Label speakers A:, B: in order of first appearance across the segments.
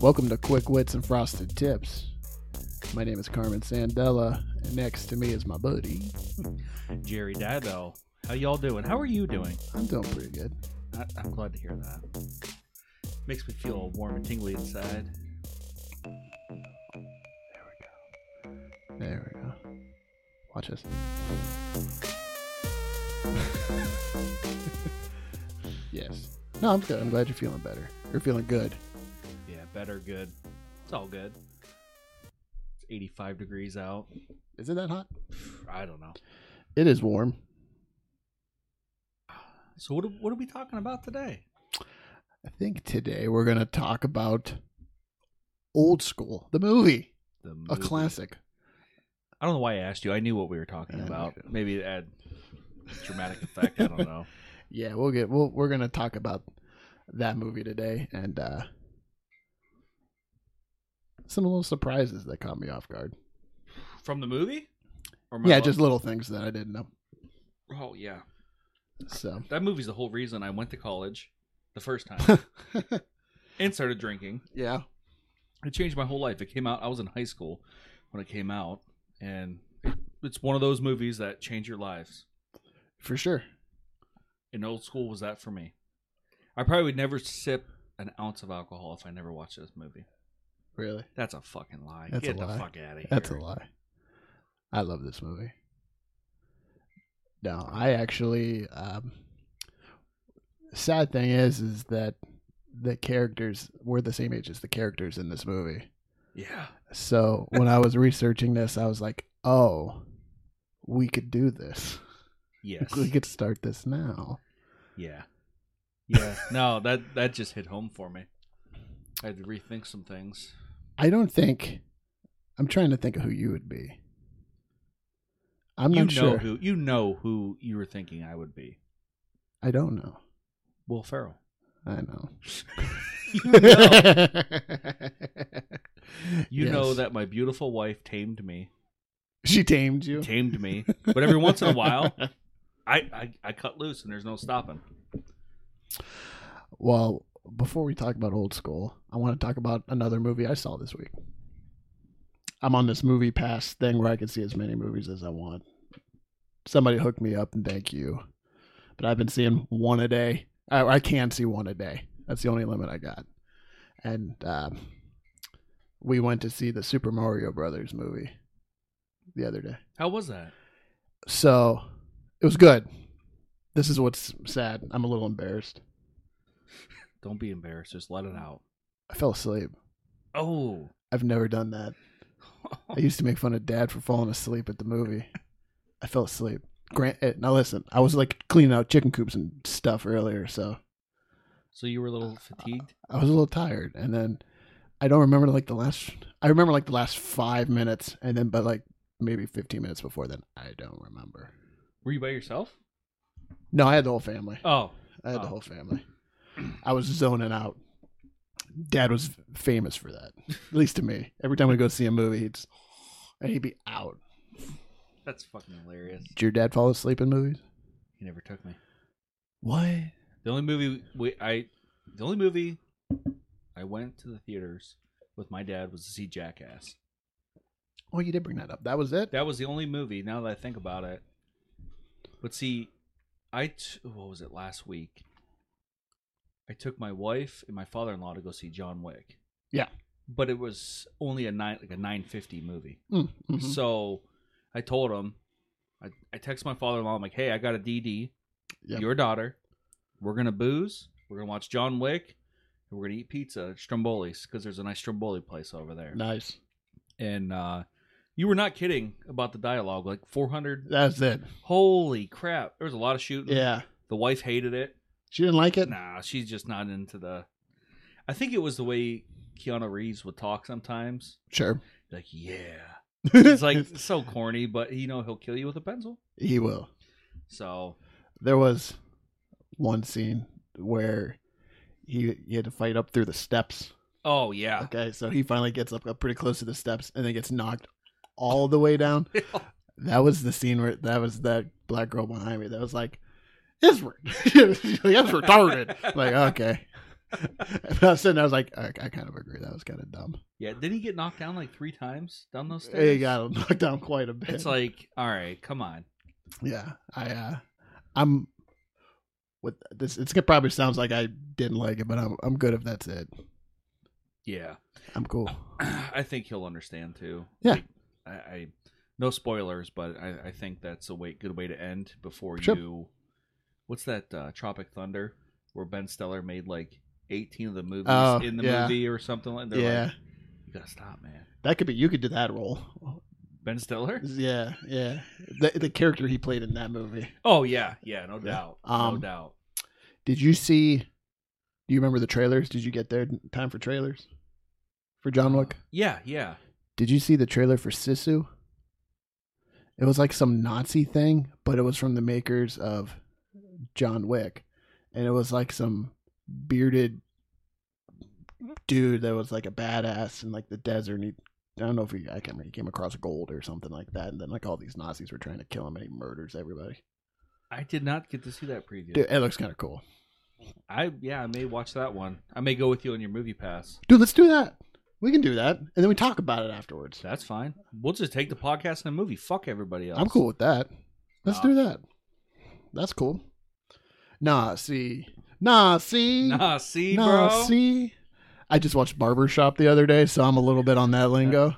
A: Welcome to Quick Wits and Frosted Tips. My name is Carmen Sandella, and next to me is my buddy.
B: Jerry Dibel. How y'all doing? How are you doing?
A: I'm doing pretty good.
B: I, I'm glad to hear that. Makes me feel all warm and tingly inside.
A: There we go. Watch this. yes. No, I'm good. I'm glad you're feeling better. You're feeling good.
B: Yeah, better, good. It's all good. It's 85 degrees out.
A: Is it that hot?
B: I don't know.
A: It is warm.
B: So what are- what are we talking about today?
A: I think today we're going to talk about Old School, the movie,
B: The
A: a
B: movie.
A: classic.
B: I don't know why I asked you. I knew what we were talking
A: Yeah, me
B: about.
A: too.
B: Maybe to add dramatic effect. I don't know.
A: Yeah, we'll get we'll, we're gonna talk about that movie today and uh some little surprises that caught me off guard.
B: From the movie? Or
A: yeah, just little things that I didn't know.
B: Oh yeah.
A: So
B: That movie's the whole reason I went to college the first time and started drinking.
A: yeah.
B: it changed my whole life. It came out. I was in high school when it came out, and it, it's one of those movies that change your lives.
A: For sure.
B: And old school was that for me. I probably would never sip an ounce of alcohol if I never watched this movie.
A: Really.
B: That's a fucking lie.
A: That's
B: Get
A: a
B: the
A: lie.
B: fuck out of here.
A: That's a lie. I love this movie. No, I actually um sad thing is is that the characters were the same age as the characters in this movie.
B: Yeah.
A: So when I was researching this, I was like, oh, we could do this.
B: Yes.
A: We could start this now.
B: yeah. Yeah. No, that that just hit home for me. I had to rethink some things.
A: I don't think. I'm trying to think of who you would be. I'm
B: you know
A: not sure.
B: who you know who you were thinking I would be.
A: I don't know.
B: Will Ferrell.
A: I know.
B: you know. You
A: Yes.
B: know that my beautiful wife tamed me.
A: she tamed you.
B: tamed me. But every once in a while, I, I I cut loose and there's no stopping.
A: Well, before we talk about old school, I want to talk about another movie I saw this week. I'm on this movie pass thing where I can see as many movies as I want. Somebody hooked me up and thank you. But I've been seeing one a day. I, I can see one a day. That's the only limit I got. And um, we went to see the Super Mario Brothers movie the other day.
B: How was that?
A: So it was good. This is what's sad. I'm a little embarrassed.
B: Don't be embarrassed. Just let it out.
A: I fell asleep.
B: Oh,
A: I've never done that. I used to make fun of dad for falling asleep at the movie. I fell asleep. Grant, eh, now listen, I was like cleaning out chicken coops and stuff earlier, so
B: so you were a little fatigued.
A: I was a little tired. And then I don't remember like the last, I remember like the last five minutes, and then but like maybe 15 minutes before then, I don't remember.
B: Were you by yourself?
A: No, I had the whole family.
B: Oh,
A: I had the
B: Oh.
A: whole family. I was zoning out. Dad was famous for that, at least to me. Every time we go see a movie, he'd, and he'd be out.
B: that's fucking hilarious.
A: Did your dad fall asleep in movies?
B: He never took me.
A: What?
B: The only movie we I the only movie I went to the theaters with my dad was to see Jackass.
A: Oh, you did bring that up. That was it.
B: That was the only movie. Now that I think about it, but see, I t- what was it last week? I took my wife and my father-in-law to go see John Wick.
A: Yeah.
B: but it was only a nine like a nine fifty movie.
A: Mm, mhm.
B: So I told him, I I text my father-in-law. I'm like, hey, I got a DD.
A: Yep.
B: Your daughter. We're gonna booze. We're gonna watch John Wick. And we're gonna eat pizza at Stromboli's because there's a nice Stromboli place over there.
A: Nice.
B: And uh, you were not kidding about the dialogue. Like 400
A: That's it.
B: Holy crap! There was a lot of shooting.
A: Yeah.
B: The wife hated it.
A: She didn't like it.
B: Nah, she's just not into the. I think it was the way Keanu Reeves would talk sometimes.
A: Sure.
B: Like, yeah, it's like so corny, but you know he'll kill you with a pencil.
A: he will.
B: So
A: There was one scene where he he had to fight up through the steps.
B: oh yeah,
A: Okay, so he finally gets up, up pretty close to the steps and then gets knocked all the way down. That was the scene where that was that black girl behind me that was like, "It's re- that's retarded." like uh, okay, and I was sitting, there, I was like, I, I kind of agree. That was kind of dumb.
B: Yeah, did he get knocked down like three times down those stairs?
A: It got knocked down quite a bit.
B: It's like, all right, come on.
A: yeah, I, uh, I'm with this. It's, it probably sounds like I didn't like it, but I'm I'm good if that's it.
B: Yeah,
A: I'm cool.
B: I think he'll understand too.
A: Yeah.
B: Like, I, I no spoilers, but I, I think that's a way, good way to end before
A: Sure.
B: you. What's that? Uh, Tropic Thunder, where Ben Stiller made like eighteen of the movies
A: Oh,
B: in the
A: yeah.
B: movie or something. Like, they're
A: Yeah,
B: like, you gotta stop, man.
A: that could be. You could do that role.
B: Ben Stiller?
A: Yeah, yeah. The the character he played in that movie.
B: Oh yeah, yeah, no doubt, no
A: Um,
B: doubt.
A: Did you see? Do you remember the trailers? Did you get there in time for trailers for John Wick?
B: Yeah, yeah.
A: Did you see the trailer for Sisu? It was like some Nazi thing, but it was from the makers of John Wick, and it was like some bearded dude that was like a badass in like the desert. And he, I don't know if he, I can't remember, he came across gold or something like that, and then like all these Nazis were trying to kill him, and he murders everybody.
B: I did not get to see that preview.
A: Dude, it looks kind of cool.
B: I yeah, I may watch that one. I may go with you on your movie pass.
A: Dude, let's do that. We can do that, and then we talk about it afterwards.
B: That's fine. We'll just take the podcast and the movie. Fuck everybody else.
A: I'm cool with that. Let's
B: Nah.
A: do that. That's cool. Nah, see. Nah, see.
B: Nah, see,
A: Nah,
B: bro.
A: see. I just watched Barbershop the other day, so I'm a little bit on that lingo.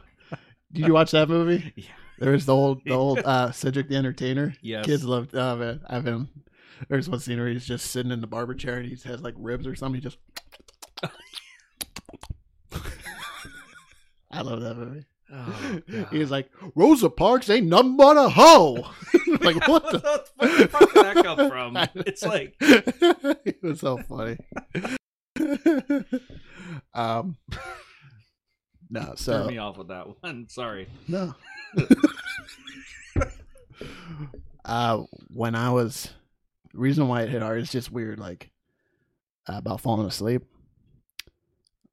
A: Did you watch that movie?
B: Yeah.
A: There was the old, the old uh, Cedric the Entertainer.
B: Yes.
A: Kids loved. Oh man, I've been. There's one scene where he's just sitting in the barber chair and he has like ribs or something. He just. I love that movie.
B: Oh, God.
A: He was like, Rosa Parks ain't nothing but a hoe. like, what the?
B: Where the fuck did that come from? It's like
A: it was so funny. um, no,
B: turn
A: so
B: me off with that one. Sorry.
A: no. uh, when I was, reason why it hit hard is just weird, like uh, about falling asleep.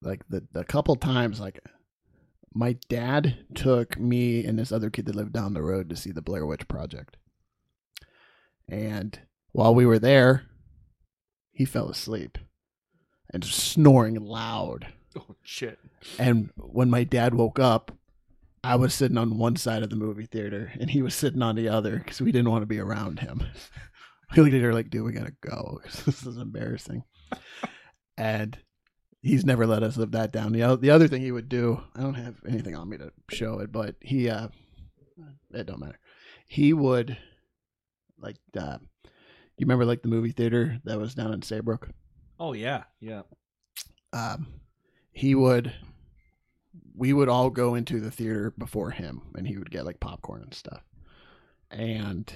A: Like the the couple times, like my dad took me and this other kid that lived down the road to see the Blair Witch Project, and while we were there, he fell asleep and snoring loud.
B: Oh shit.
A: And when my dad woke up, I was sitting on one side of the movie theater and he was sitting on the other because we didn't want to be around him. We looked at her like, dude, we got to go 'cause this is embarrassing. and he's never let us live that down. The, o- the other thing he would do, I don't have anything on me to show it, but he, uh, it don't matter. He would, like, uh, you remember like the movie theater that was down in Saybrook?
B: Oh yeah, yeah.
A: um, he would we would all go into the theater before him and he would get like popcorn and stuff and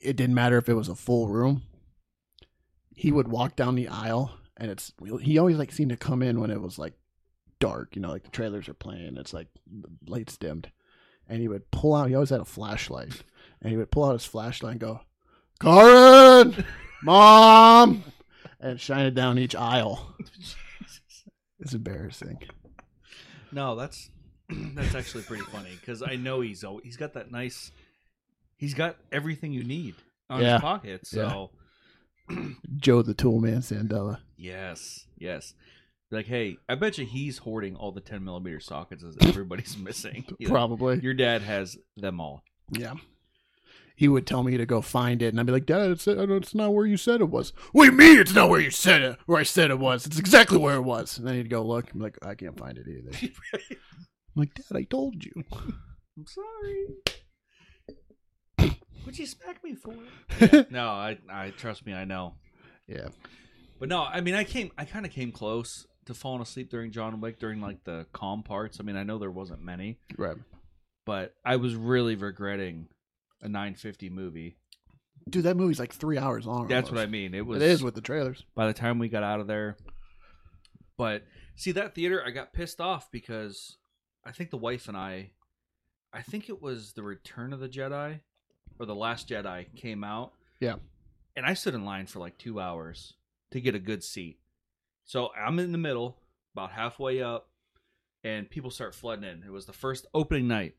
A: it didn't matter if it was a full room he would walk down the aisle and it's he always like seemed to come in when it was like dark you know like the trailers are playing it's like the lights dimmed and he would pull out he always had a flashlight and he would pull out his flashlight and go karen mom and shine it down each aisle it's embarrassing
B: No, that's that's actually pretty funny because I know he's always, he's got that nice. He's got everything you need on
A: Yeah.
B: his pocket. So
A: joe the tool man sandela
B: yes, yes. Like, hey, I bet you he's hoarding all the 10 millimeter sockets as everybody's missing. He's like,
A: probably
B: Your dad has them all.
A: Yeah. He would tell me to go find it, and I'd be like, Dad, it's, uh, it's not where you said it was. What do you mean it's not where you said it? Where I said it was. It's exactly where it was. And then he'd go look. I'm like, I can't find it either. I'm like, Dad, I told you.
B: I'm sorry. What'd you smack me for? Yeah, no, I, I trust me, I know.
A: Yeah.
B: But no, I mean, I came, I kind of came close to falling asleep during John Wick during like the calm parts. I mean, I know there wasn't many,
A: Right.
B: but I was really regretting a 950 movie.
A: Dude, that movie's like three hours long.
B: That's what I
A: almost.
B: mean. It was
A: It is with the trailers.
B: by the time we got out of there. But see that theater, I got pissed off because I think the wife and I, I think it was the Return of the Jedi or the Last Jedi came out.
A: Yeah.
B: and I stood in line for like two hours to get a good seat. So I'm in the middle, about halfway up, and people start flooding in. It was the first opening night,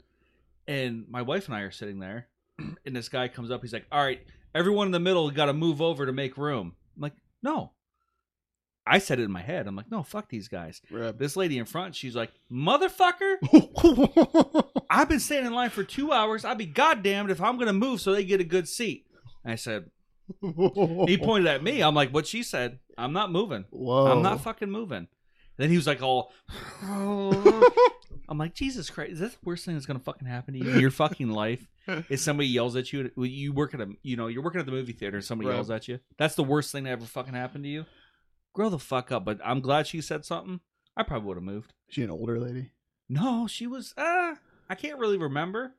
B: and my wife and I are sitting there, and this guy comes up. He's like, "All right, everyone in the middle got to move over to make room." I'm like, "No." I said it in my head. I'm like, "No, fuck these guys."
A: Rip.
B: This lady in front, she's like, "Motherfucker, I've been standing in line for two hours. I'd be goddamned if I'm gonna move so they get a good seat." And I said, he pointed at me. I'm like, what she said. I'm not moving.
A: Whoa.
B: I'm not fucking moving. Then he was like, all. I'm like, Jesus Christ, is that the worst thing that's gonna fucking happen to you in your fucking life? Is somebody yells at you? You work at a, you know, you're working at the movie theater, and somebody
A: Right.
B: yells at you. That's the worst thing that ever fucking happened to you. Grow the fuck up. But I'm glad she said something. I probably would have moved.
A: she an older lady.
B: No, she was. Uh, I can't really remember.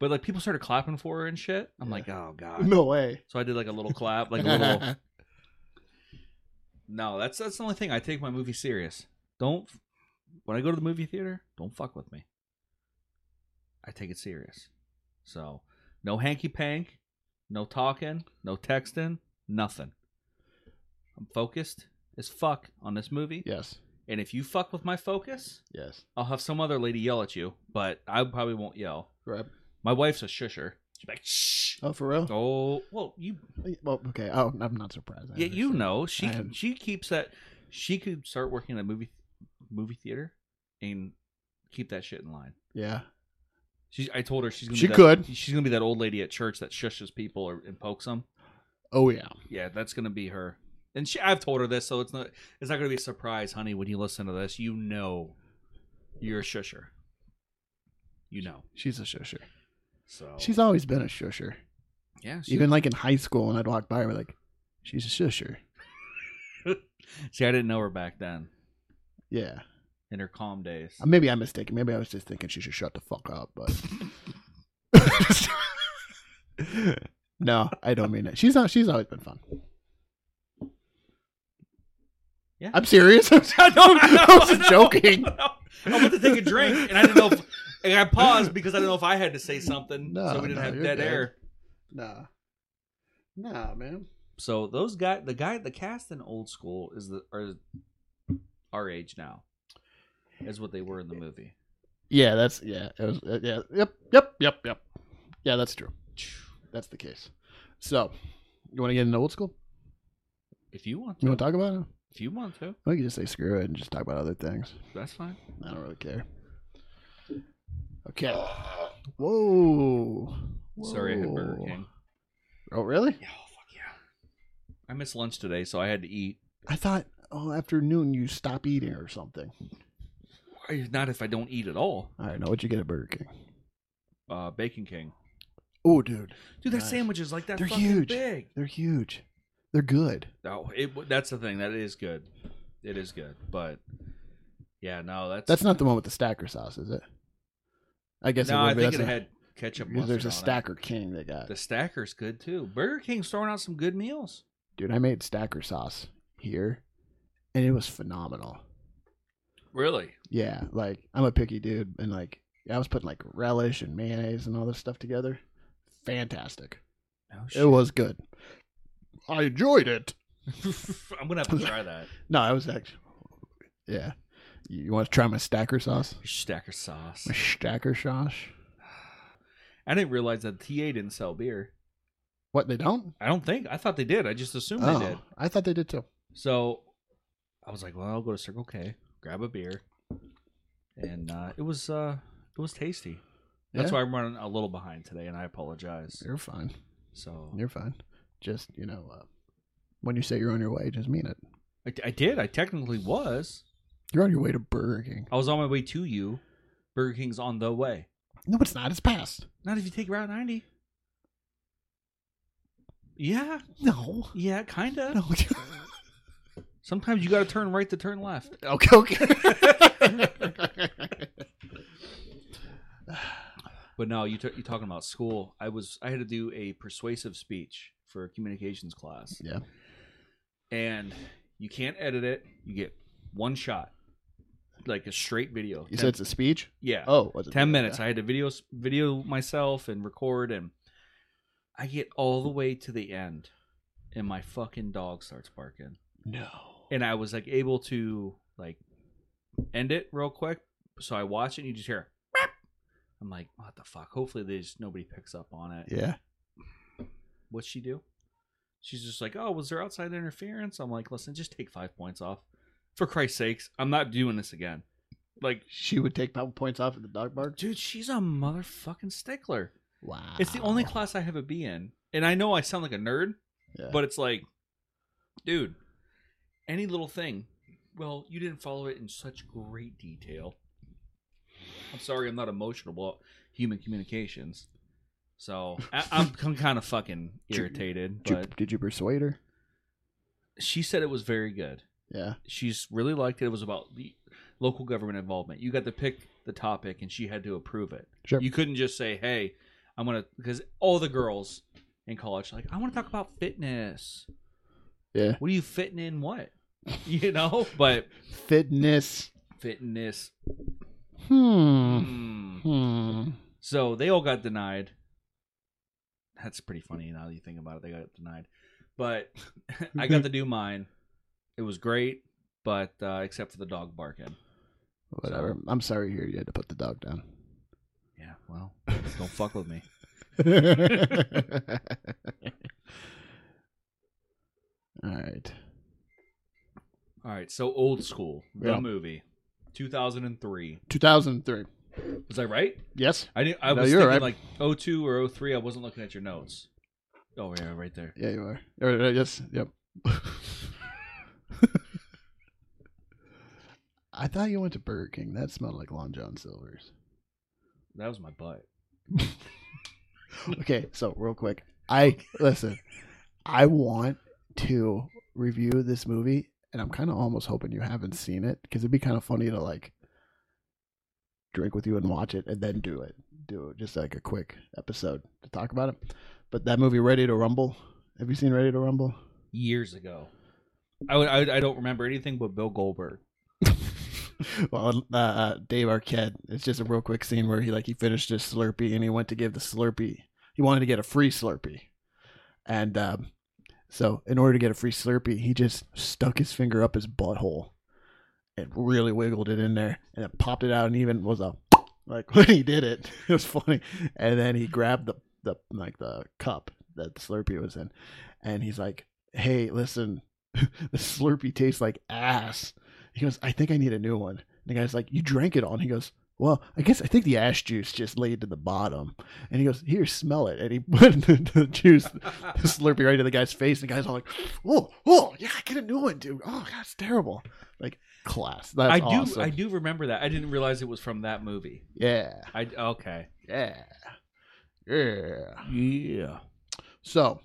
B: But like people started clapping for her and shit. I'm
A: Yeah.
B: like, oh god.
A: No way.
B: So I did like a little clap, like a little. No, that's that's the only thing. I take my movie serious. Don't when I go to the movie theater, don't fuck with me. I take it serious. So no hanky pank, no talking, no texting, nothing. I'm focused as fuck on this movie.
A: yes.
B: And if you fuck with my focus,
A: Yes.
B: I'll have some other lady yell at you, but I probably won't yell.
A: Rip.
B: My wife's a shusher. She's like, shh.
A: Oh, for real?
B: Oh, well, you
A: Well, okay. Oh, I'm not surprised. I
B: Yeah, you
A: understand.
B: know, she
A: I am-
B: she keeps that. She could start working at a movie movie theater and keep that shit in line.
A: Yeah.
B: She, I told her she's gonna
A: She
B: be that,
A: could.
B: She's gonna be that old lady at church that shushes people or, and pokes them.
A: Oh, yeah.
B: Yeah, that's gonna be her. And she, I've told her this, so it's not it's not gonna be a surprise, honey. When you listen to this, you know, you're a shusher. You know,
A: She's a shusher.
B: so
A: She's always been a shusher.
B: yeah. She,
A: Even like in high school, when I'd walk by, her, like, she's a shusher.
B: see, I didn't know her back then
A: Yeah.
B: in her calm days.
A: Uh, Maybe I'm mistaken. Maybe I was just thinking she should shut the fuck up, but. no, I don't mean it. She's not. She's always been fun.
B: Yeah.
A: I'm serious. I
B: I know, know,
A: wasn't
B: know.
A: joking.
B: I went to take a drink, and I didn't know. If, and I paused because I didn't know if I had to say something,
A: No,
B: so we didn't
A: no,
B: have
A: you're
B: dead
A: good.
B: air.
A: Nah. Nah, man.
B: So those guy, the guy, the cast in old school is the are our age now, is what they were in the movie.
A: Yeah, that's yeah. It was uh, yeah. Yep, yep, yep, yep. Yeah, that's true. That's the case. So, you want to get into old school?
B: If you want, to,
A: You want to talk about it?
B: if you want to,
A: We can just say screw it and just talk about other things.
B: that's fine.
A: I don't really care. Okay. Whoa.
B: Sorry, I had Burger
A: Whoa.
B: King.
A: Oh, really?
B: Yeah, oh, fuck yeah. I missed lunch today, so I had to eat.
A: I thought oh after noon you stop eating or something.
B: Not if I don't eat at all.
A: All right, now what'd you get at Burger King?
B: Uh, Bacon King,
A: Oh, dude,
B: dude, their
A: Nice.
B: sandwiches like that.
A: They're
B: fucking
A: huge.
B: Big.
A: they're huge. They're good.
B: No, Oh, it, w- that's the thing. That is good. It is good. But yeah, no, that's
A: That's not the one with the stacker sauce, is it? I guess
B: no.
A: it
B: I
A: would be.
B: think it
A: That's a-
B: had ketchup.
A: Because there's
B: mustard
A: a
B: on it.
A: Stacker King they got.
B: The stacker's good too. Burger King's throwing out some good meals.
A: Dude, I made Stacker sauce here, and it was phenomenal.
B: Really?
A: Yeah, like I'm a picky dude, and like I was putting like relish and mayonnaise and all this stuff together. Fantastic.
B: No
A: It was good. I enjoyed it.
B: I'm gonna have to try that.
A: No, I was actually. Yeah, you, you want to try my Stacker sauce?
B: Stacker sauce.
A: My Stacker sauce.
B: I didn't realize that TA didn't sell beer.
A: What they don't?
B: I don't think. I thought they did. I just assumed
A: oh,
B: they did.
A: I thought they did too.
B: So I was like, well, I'll go to Circle K, grab a beer, and uh, it was uh, it was tasty. That's
A: Yeah.
B: why I'm running a little behind today, and I apologize.
A: You're fine.
B: So
A: You're fine. Just you know, uh, when you say you're on your way, just mean it.
B: I, I did. I technically was.
A: You're on your way to Burger King.
B: I was on my way to you. Burger King's on the way.
A: No, it's not. It's past.
B: Not if you take Route 90. Yeah,
A: No.
B: yeah, kind of.
A: No.
B: Sometimes you got to turn right to turn left.
A: okay. Okay.
B: But no, you t- you talking about school? I was I had to do a persuasive speech for a communications class.
A: Yeah.
B: and you can't edit it. You get one shot, like a straight video.
A: you said it's a speech.
B: yeah.
A: Oh, was it
B: 10
A: yeah.
B: minutes. I had to video video myself and record and I get all the way to the end and my fucking dog starts barking.
A: No.
B: And I was like able to like end it real quick, So I watch it and you just hear, "Meep." I'm like, what the fuck? Hopefully, they just nobody picks up on it.
A: Yeah.
B: What's she do? She's just like, oh, was there outside interference? I'm like, listen, just take five points off. For Christ's sakes, I'm not doing this again. Like,
A: She would take pound points off at the dog bark.
B: dude, she's a motherfucking stickler.
A: Wow.
B: It's the only class I have a B in. And I know I sound like a nerd,
A: Yeah.
B: but it's like, dude, any little thing, well, you didn't follow it in such great detail. I'm sorry, I'm not emotional about human communications. So I, I'm, I'm kind of fucking
A: Ju-
B: irritated.
A: Did you,
B: But
A: did you persuade her?
B: she said it was very good.
A: Yeah.
B: She's really liked it. It was about the local government involvement. You got to pick the topic, and she had to approve it.
A: Sure.
B: You couldn't just say, "Hey, I'm gonna," because all the girls in college are like, "I want to talk about fitness."
A: Yeah.
B: What are you fitting in? What? You know, but
A: Fitness.
B: fitness.
A: Hmm.
B: Mm.
A: Hmm.
B: So they all got denied. That's pretty funny now that you think about it. They got denied, but I got to do mine. It was great, but uh, except for the dog barking.
A: Whatever. I'm sorry here. You had to put the dog down.
B: Yeah, well, don't fuck with me.
A: All right.
B: All right, so old school, the
A: Yeah.
B: movie, two thousand and three.
A: 2003.
B: Was I right?
A: Yes.
B: I didn't. I
A: No,
B: was
A: you're
B: thinking
A: right.
B: like 02 or 03. I wasn't looking at your notes. Oh yeah, right there.
A: Yeah, you are. Or, uh, yes. Yep. I thought you went to Burger King. That smelled like Long John Silver's.
B: That was my butt.
A: Okay, so real quick, I listen. I want to review this movie, and I'm kind of almost hoping you haven't seen it because it'd be kind of funny to like drink with you and watch it, and then do it. Do just like a quick episode to talk about it. But that movie, Ready to Rumble. Have you seen Ready to Rumble?
B: Years ago. I would, I, would- I don't remember anything but Bill Goldberg.
A: well, uh, uh, Dave Arquette. It's just a real quick scene where he like he finished his Slurpee and he went to give the Slurpee. He wanted to get a free Slurpee, and um, so in order to get a free Slurpee, he just stuck his finger up his butthole and really wiggled it in there, and it popped it out, and even was a like when he did it, it was funny. And then he grabbed the the like the cup that the Slurpee was in, and he's like, "Hey, listen." The Slurpee tastes like ass. He goes, I think I need a new one. And the guy's like, You drank it all. And he goes, Well, I guess I think the ash juice just laid to the bottom. And he goes, Here, smell it. And he put the, the juice, the Slurpee, right to the guy's face. And the guy's all like, Oh, oh, yeah, get a new one, dude. Oh, that's terrible. Like, class. That's
B: I do
A: awesome.
B: I do remember that. I didn't realize it was from that movie.
A: Yeah.
B: I okay.
A: Yeah. Yeah.
B: Yeah.
A: So,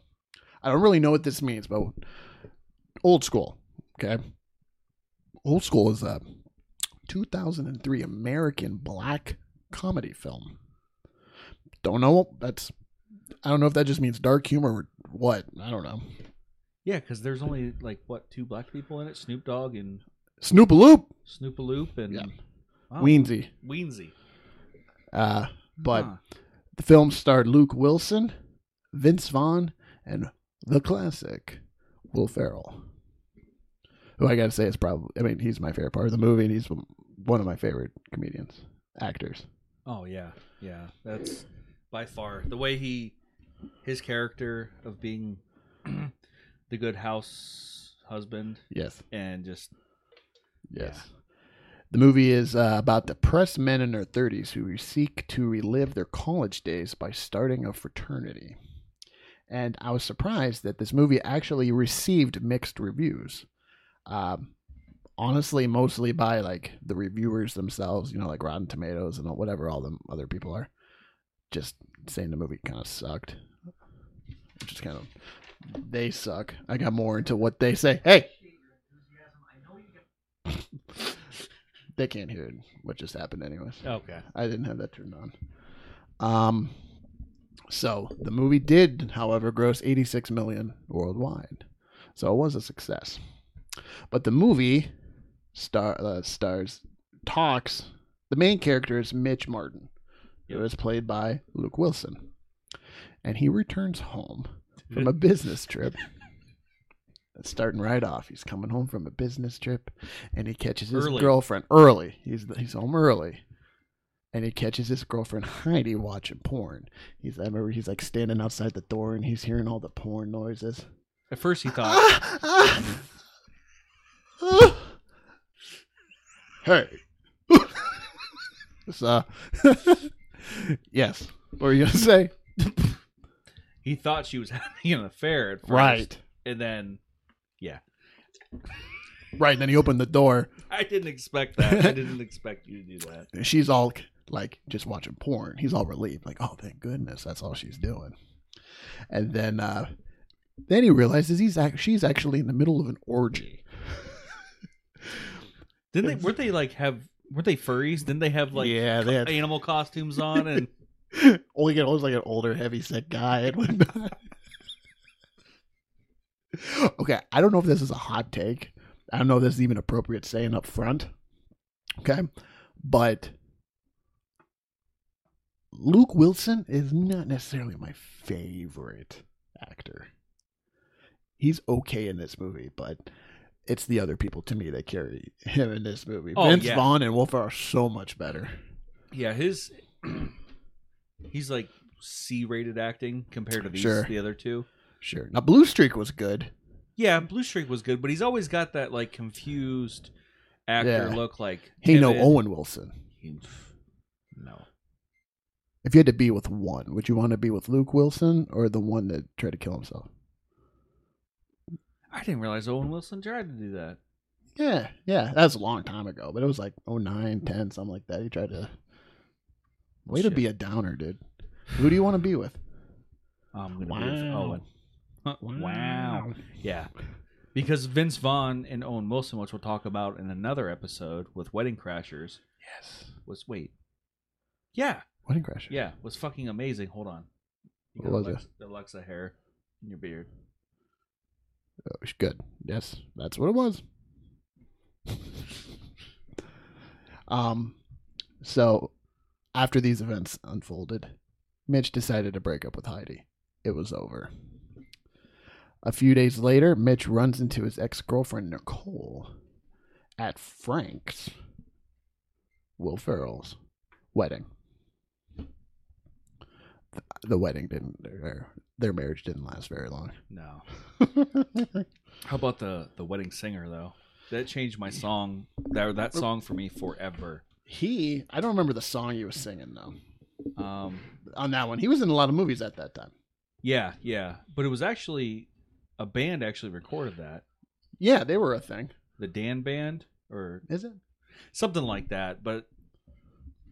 A: I don't really know what this means, but old school, okay? Old school is a 2003 American black comedy film. Don't know. That's I don't know if that just means dark humor or what. I don't know.
B: Yeah, because there's only like what two black people in it: Snoop Dogg and
A: Snoopaloop,
B: Snoopaloop and
A: Yeah.
B: wow,
A: Weensy.
B: Weensy.
A: Uh, but
B: Huh.
A: the film starred Luke Wilson, Vince Vaughn, and the classic Will Ferrell. Who I gotta say is probably, I mean, he's my favorite part of the movie, and he's one of my favorite comedians, actors.
B: Oh yeah, yeah. That's by far the way he, his character of being the good house husband
A: Yes,
B: and just
A: yes. The movie is uh, about depressed men in their 30s who seek to relive their college days by starting a fraternity. And I was surprised that this movie actually received mixed reviews. Um, honestly, mostly by like the reviewers themselves, you know, like Rotten Tomatoes and whatever all them other people are, just saying the movie kind of sucked. Which is kind of they suck. I got more into what they say. Hey, they can't hear what just happened, anyways.
B: okay.
A: I didn't have that turned on. Um, so the movie did, however, gross 86 million worldwide, so it was a success. But the movie star uh, stars talks. The main character is Mitch Martin. It
B: Yep.
A: was played by Luke Wilson, and he returns home from a business trip. starting right off. He's coming home from a business trip, and he catches his
B: Early.
A: girlfriend early. He's he's home early, and he catches his girlfriend Heidi watching porn. He's I remember he's like standing outside the door, and he's hearing all the porn noises.
B: At first, he thought,
A: Ah, ah, ah. hey, so yes, what were you gonna say?
B: he thought she was having an affair at first,
A: Right,
B: And then
A: right. Then he opened the door.
B: I didn't expect that. I didn't expect you to do that.
A: she's all like just watching porn. He's all relieved, like, oh thank goodness, that's all she's doing. And then uh then he realizes he's act- she's actually in the middle of an orgy.
B: Didn't they? Weren't they like have? Weren't they furries? Didn't they have like
A: yeah, they had
B: animal costumes on? And
A: only get always like an older, heavy set guy and whatnot. okay, I don't know if this is a hot take. I don't know if this is even appropriate saying up front. Okay, but Luke Wilson is not necessarily my favorite actor. He's okay in this movie, but it's the other people to me that carry him in this movie.
B: Oh,
A: Vince
B: yeah.
A: Vaughn and Wolf are so much better.
B: yeah, his he's like C-rated acting compared to these
A: Sure.
B: the other two.
A: Sure. Now, Blue Streak was good.
B: Yeah, Blue Streak was good, but he's always got that like confused actor
A: Yeah.
B: look. Like
A: Hey, no,
B: timid.
A: Owen Wilson.
B: no.
A: If you had to be with one, would you want to be with Luke Wilson or the one that tried to kill himself?
B: I didn't realize Owen Wilson tried to do that.
A: Yeah, yeah. That was a long time ago, but it was like 09, 10, something like that. He tried to. Way to
B: Shit.
A: be a downer, dude. Who do you want to be with?
B: Oh, I'm gonna be with
A: Wow.
B: Owen. Huh, wow. Yeah. Because Vince Vaughn and Owen Wilson, which we'll talk about in another episode with Wedding Crashers,
A: Yes.
B: was wait. Yeah,
A: Wedding Crashers.
B: yeah, was fucking amazing. Hold on. You
A: What
B: got
A: was
B: Alexa, the Alexa hair in your beard.
A: It was good. Yes, that's what it was. um, so after these events unfolded, Mitch decided to break up with Heidi. It was over. A few days later, Mitch runs into his ex girlfriend Nicole at Frank's, Will Ferrell's wedding. Th- The wedding didn't, their, their marriage didn't last very long.
B: No. How about the the wedding singer though? That changed my song that that song for me forever.
A: He, I don't remember the song he was singing though.
B: Um
A: On that one, he was in a lot of movies at that time.
B: yeah, yeah. But it was actually a band actually recorded that.
A: Yeah, they were a thing.
B: The Dan band or
A: Is it?
B: something like that. But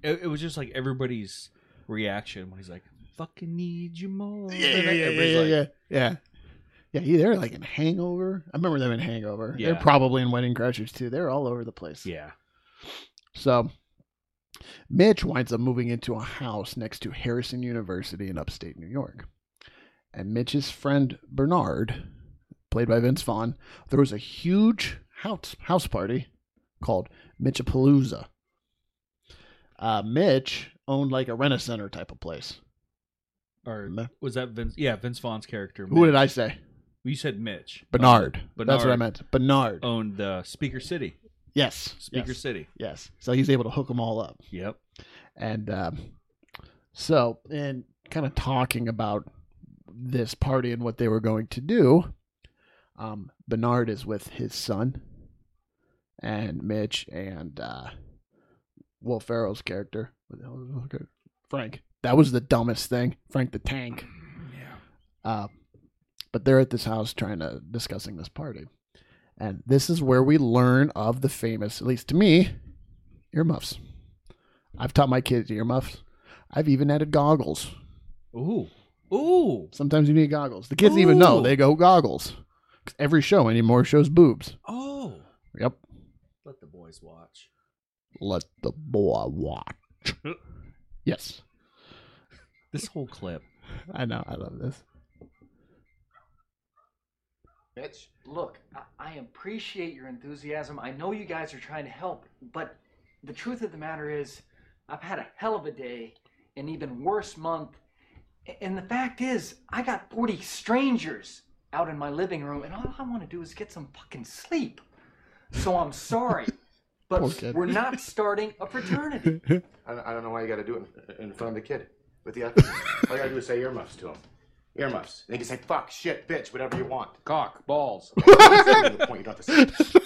B: it, it was just like everybody's reaction when he's like, "Fucking need you more." And everybody's like,
A: yeah, yeah. Yeah, he, they were like in Hangover. I remember them in Hangover.
B: Yeah.
A: They're probably in Wedding Crashers too. They're all over the place.
B: yeah.
A: So, Mitch winds up moving into a house next to Harrison University in upstate New York. And Mitch's friend Bernard, played by Vince Vaughn, there was a huge house house party called Mitchapalooza. Uh, Mitch owned like a rent a center type of place.
B: Or
A: Remember?
B: was that Vince? Yeah, Vince Vaughn's character.
A: Who did
B: Mitch.
A: I say?
B: You said Mitch.
A: Bernard. That's what I
B: Bernard.
A: meant. Bernard.
B: Owned uh, Speaker City.
A: yes.
B: Speaker
A: yes.
B: City.
A: Yes. So he's able to hook them all up.
B: Yep.
A: And um, so, and kind of talking about this party and what they were going to do, um, Bernard is with his son and Mitch and uh, Will Ferrell's character. What the hell is his character? Frank. That was the dumbest thing. Frank the Tank.
B: Yeah.
A: Uh, but they're at this house trying to discussing this party, and this is where we learn of the famous, at least to me, earmuffs. I've taught my kids earmuffs. I've even added goggles.
B: Ooh. Ooh.
A: Sometimes you need goggles. The kids even know
B: Ooh.
A: they go goggles. 'Cause Every show anymore shows boobs.
B: Oh.
A: Yep.
B: Let the boys watch.
A: Let the boy watch. yes,
B: This whole clip.
A: I know. I love this.
C: Mitch, look, I, I appreciate your enthusiasm. I know you guys are trying to help, but the truth of the matter is, I've had a hell of a day, an even worse month. A- And the fact is, I got 40 strangers out in my living room, and all I want to do is get some fucking sleep. So I'm sorry,
A: Poor
C: but
A: kid.
C: we're not starting a fraternity.
D: I, don't- I don't know why you got to do it in, in front of the kid with the autism. All you got to do is say earmuffs to him. Earmuffs. And he can say fuck, shit, bitch, whatever you want. Cock, balls. Okay, that's the point. You don't have to say.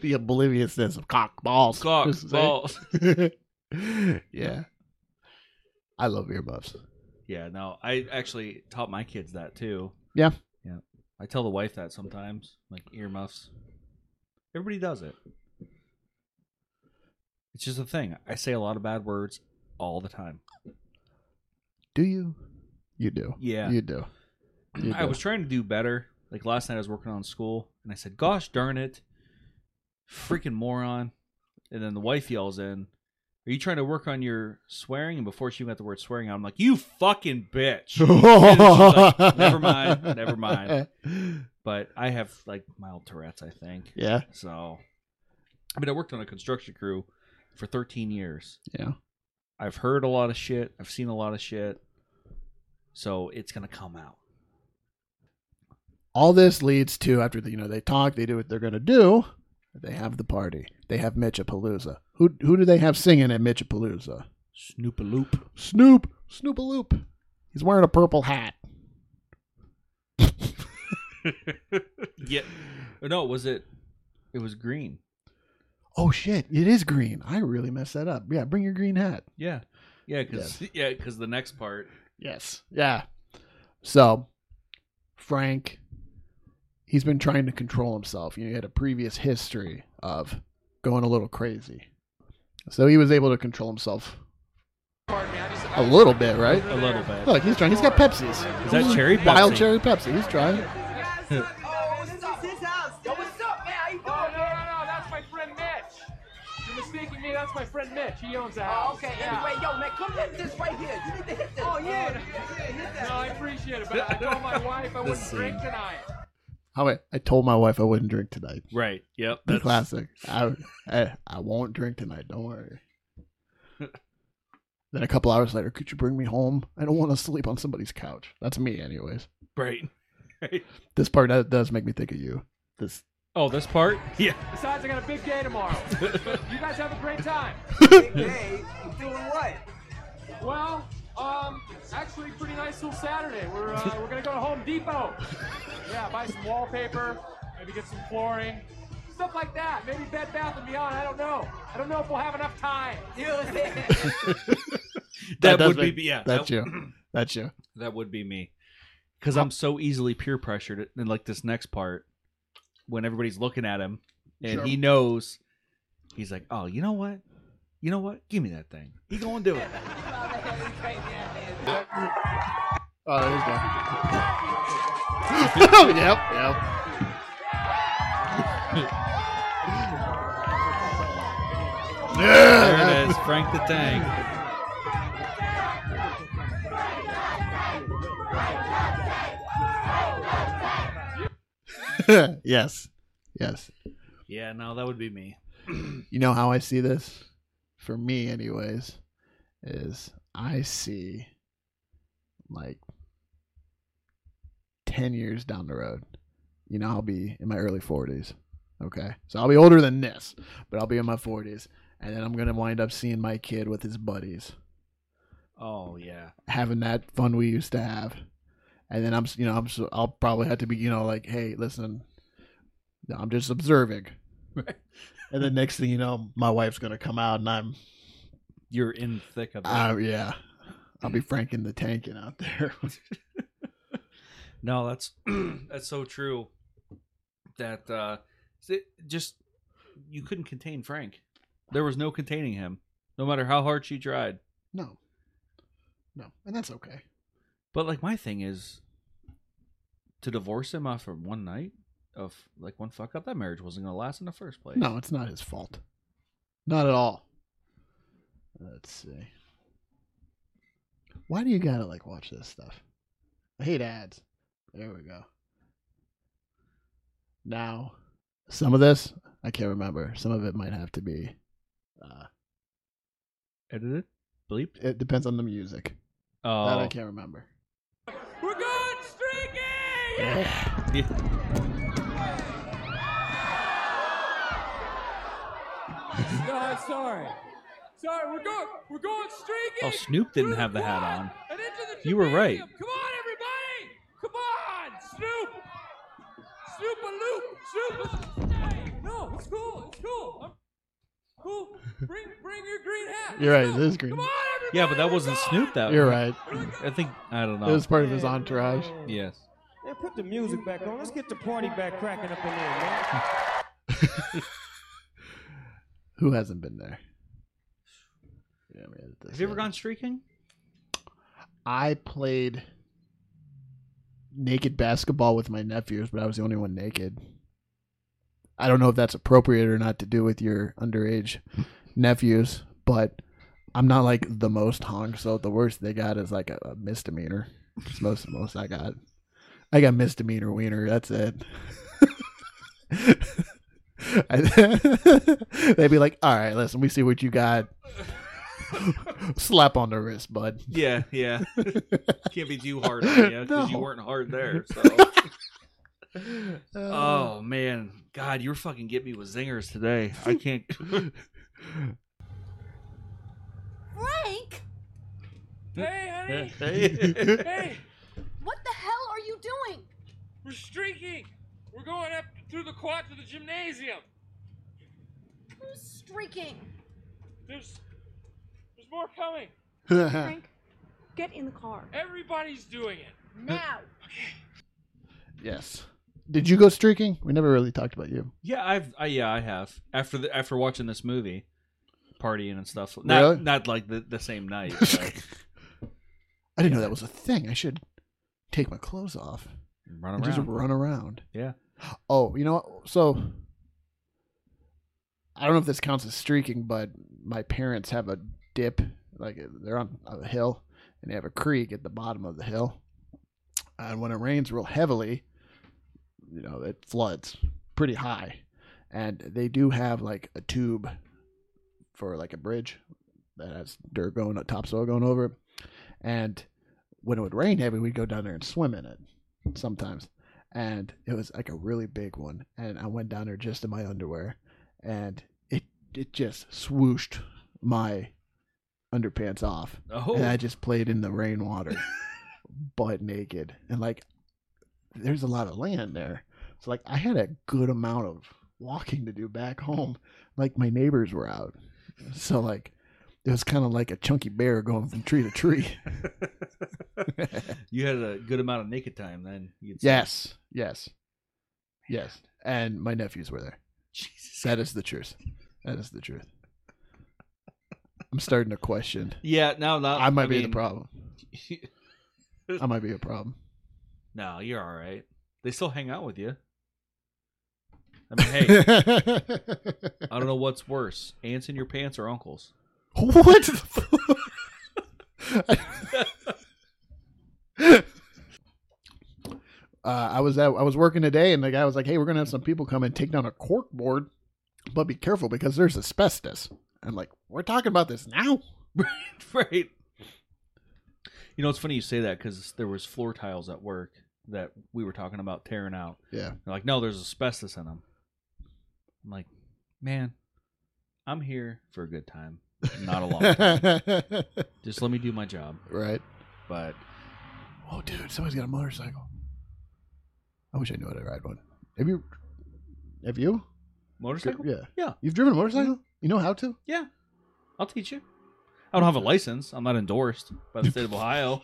A: the obliviousness of cock balls.
B: Cock,
A: This is it.
B: balls.
A: yeah. I love earmuffs.
B: Yeah, no, I actually taught my kids that too.
A: Yeah.
B: Yeah. I tell the wife that sometimes, like earmuffs. Everybody does it. It's just a thing. I say a lot of bad words all the time.
A: Do you? You do.
B: Yeah.
A: You do. You
B: I
A: do.
B: was trying to do better. Like last night I was working on school and I said, "Gosh darn it. Freaking moron." And then the wife yells in, "Are you trying to work on your swearing?" And before she even got the word swearing out, I'm like, "You fucking bitch." like, "Never mind, never mind." but I have like mild Tourette's, I think.
A: Yeah.
B: So, I mean, I worked on a construction crew for 13 years.
A: Yeah.
B: I've heard a lot of shit. I've seen a lot of shit. So it's gonna come out.
A: All this leads to after the, you know they talk, they do what they're gonna do. They have the party. They have Mitchapalooza. Who who do they have singing at Mitchapalooza?
B: Snoop a loop.
A: Snoop, Snoopaloop. He's wearing a purple hat.
B: yeah. No, was it? It was green.
A: Oh shit! It is green. I really messed that up. Yeah, bring your green hat.
B: Yeah. Yeah, because yeah, because the next part.
A: Yes. Yeah. So, Frank, he's been trying to control himself. You know, he had a previous history of going a little crazy. So he was able to control himself a little bit, right?
B: A little bit.
A: Look, he's trying. He's got Pepsi's.
B: Is that cherry
A: Wild
B: Pepsi?
A: cherry Pepsi. He's trying.
E: Yo, what's up, man? How you doing?
F: Oh, no, no, no, that's my friend Mitch. You're mistaking me, that's my friend Mitch. He owns the house.
E: Oh, okay, anyway, yo, man, come hit this right here. You need to hit this. Oh, yeah, yeah, hit
F: No, I appreciate it, but I told my wife I wouldn't
B: scene.
F: drink tonight.
A: How I, Oh, I told my wife I wouldn't drink tonight.
B: Right. Yep.
A: The
B: That's
A: classic. I, I I won't drink tonight. Don't worry. then a couple hours later, could you bring me home? I don't want to sleep on somebody's couch. That's me, anyways.
B: Right. Right.
A: This part does- does make me think of you. This
B: Oh, this part. Yeah.
F: Besides, I got a big day tomorrow. But you guys have a great time.
E: Big day. You doing what?
F: Well, um, actually, pretty nice little Saturday. We're uh, we're gonna go to Home Depot. Yeah, buy some wallpaper, maybe get some flooring, stuff like that. Maybe Bed Bath and Beyond. I don't know. I don't know if we'll have enough time.
E: You know what I'm saying?
B: That,
A: does
B: would
A: make-
B: be yeah.
A: That's
B: that,
A: you. That's you.
B: That would be me. Because I'm so easily peer pressured. And like this next part, when everybody's looking at him and
A: Sure.
B: he knows, he's like, oh, you know what? You know what? Give me that thing. He going to do it.
A: Oh, there you go. yep, yep.
B: There it is. Frank the Tank.
A: yes, yes.
B: Yeah, no, that would be me.
A: You know how I see this? For me, anyways, is I see like 10 years down the road. You know, I'll be in my early 40s. Okay. So I'll be older than this, but I'll be in my 40s. And then I'm going to wind up seeing my kid with his buddies.
B: Oh, yeah.
A: having that fun we used to have. And then I'm, s- you know, I'm, s- I'll probably have to be, you know, like, hey, listen, I'm just observing.
B: Right.
A: And then next thing you know, my wife's gonna come out, and I'm,
B: You're in the thick of it.
A: uh, yeah, I'll be franking the tanking out there.
B: No, that's that's so true. That uh it just you couldn't contain Frank. There was no containing him, no matter how hard she tried.
A: no, no, and that's okay.
B: But like my thing is to divorce him after one night of like one fuck up, that marriage wasn't gonna last in the first place.
A: No, it's not his fault, not at all. Let's see. Why do you gotta like watch this stuff? I hate ads. There we go. Now, some of this I can't remember. Some of it might have to be. Uh,
B: Edited? Bleeped?
A: it depends on the music.
B: Oh,
A: That I can't remember.
F: We're going streaking! No, I'm sorry. Sorry, we're going, we're going streaking.
B: Oh, Snoop didn't
F: through
B: have the hat
F: quad
B: on.
F: and into the
B: You were right.
F: gymnasium. Come on, everybody! Come on, Snoop! Snoop a loop, Snoop. No, it's cool. It's cool. I'm- cool. Bring, bring your green hat.
A: You're right.
F: Snoop.
A: This is green.
F: Come on, everybody!
B: yeah, but that
F: we're
B: wasn't
F: going.
B: Snoop. That
A: You're right.
B: I think I don't know.
A: It was part of his entourage.
B: yes.
G: Man, put the music back on. Let's get the party back cracking up in there, man.
A: Who hasn't been there? Yeah, we edit this
B: Have you ever
A: in.
B: gone streaking?
A: I played naked basketball with my nephews, but I was the only one naked. I don't know if that's appropriate or not to do with your underage nephews, but I'm not like the most hung, so the worst they got is like a, a misdemeanor. It's most the most I got. I got misdemeanor wiener, that's it. I- They'd be like, all right, listen, we see what you got. Slap on the wrist, bud.
B: Yeah, yeah. Can't be too hard on you because you
A: No.
B: weren't hard there. So.
A: Uh,
B: oh man, God, you're fucking get me with zingers today. I can't.
H: Frank,
F: Hey, honey. Hey,
H: what the hell are you doing?
F: we're streaking. We're going up through the quad to the gymnasium.
H: Who's streaking?
F: There's, there's more coming.
H: Frank, get in the car
F: Everybody's doing it.
H: now.
A: yes. Did you go streaking? We never really talked about you.
B: yeah, I've. I, yeah, I have. After the after watching this movie, partying and stuff. Not
A: Really?
B: not like the, the same night. but
A: I didn't know that was a thing. I should take my clothes off
B: run
A: and
B: around.
A: just run around.
B: Yeah.
A: Oh, you know what? So I don't know if this counts as streaking, but my parents have a dip. Like uh, they're on a hill and they have a creek at the bottom of the hill. And when it rains real heavily, you know, it floods pretty high. And they do have like a tube for like a bridge that has dirt going, topsoil going over it. And when it would rain heavy, we'd go down there and swim in it sometimes. And it was like a really big one. And I went down there just in my underwear and it it just swooshed my underpants off.
B: Oh,
A: And I just played in the rainwater, butt naked. And like there's a lot of land there. So like I had a good amount of walking to do back home. Like my neighbors were out. So like it was kind of like a chunky bear going from tree to tree.
B: you had a good amount of naked time then. You'd say.
A: Yes, yes, yes. And my nephews were there.
B: Jesus.
A: That is the truth. That is the truth. I'm starting to question.
B: Yeah. No. No.
A: I might be
B: mean-
A: the problem. I might be a problem.
B: no, you're all right. They still hang out with you. I mean, hey. I don't know what's worse, ants in your pants or uncles.
A: what? the fu- uh, I was at, I was working today, and the guy was like, "Hey, we're gonna have some people come and take down a cork board, but be careful because there's asbestos." I'm like, "We're talking about this now."
B: right. You know, it's funny you say that because there was floor tiles at work that we were talking about tearing out.
A: Yeah.
B: They're like, no, there's asbestos in them. I'm like, man, I'm here for a good time, not a long time. Just let me do my job.
A: right.
B: But
A: Oh, dude, somebody's got a motorcycle. I wish I knew how to ride one. Have you? Have you?
B: motorcycle,
A: Yeah.
B: Yeah. Mm-hmm.
A: You've driven a motorcycle? You know how to?
B: I'll teach you. I don't have a license. I'm not endorsed by the state of Ohio.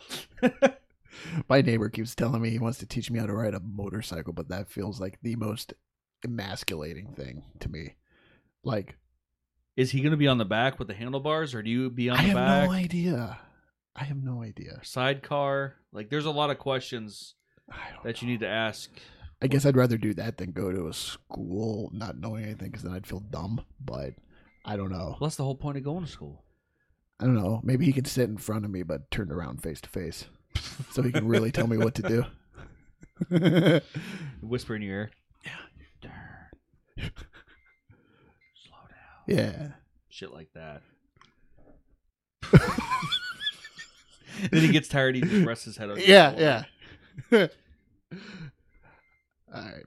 A: My neighbor keeps telling me he wants to teach me how to ride a motorcycle, but that feels like the most emasculating thing to me. Like,
B: Is he going to be on the back with the handlebars, or do you be on
A: I
B: the
A: have
B: back?
A: no idea. I have no idea.
B: sidecar. Like, there's a lot of questions
A: I don't
B: that you need to ask.
A: I guess I'd rather do that than go to a school not knowing anything because then I'd feel dumb. But I don't know.
B: Well, that's the whole point of going to school.
A: I don't know. Maybe he can sit in front of me, but turned around face to face, so he can really tell me what to do.
B: Whisper in your ear. Yeah. Slow down.
A: yeah.
B: Shit like that. then he gets tired. He just rests his head on. the
A: yeah,
B: floor.
A: yeah. All right.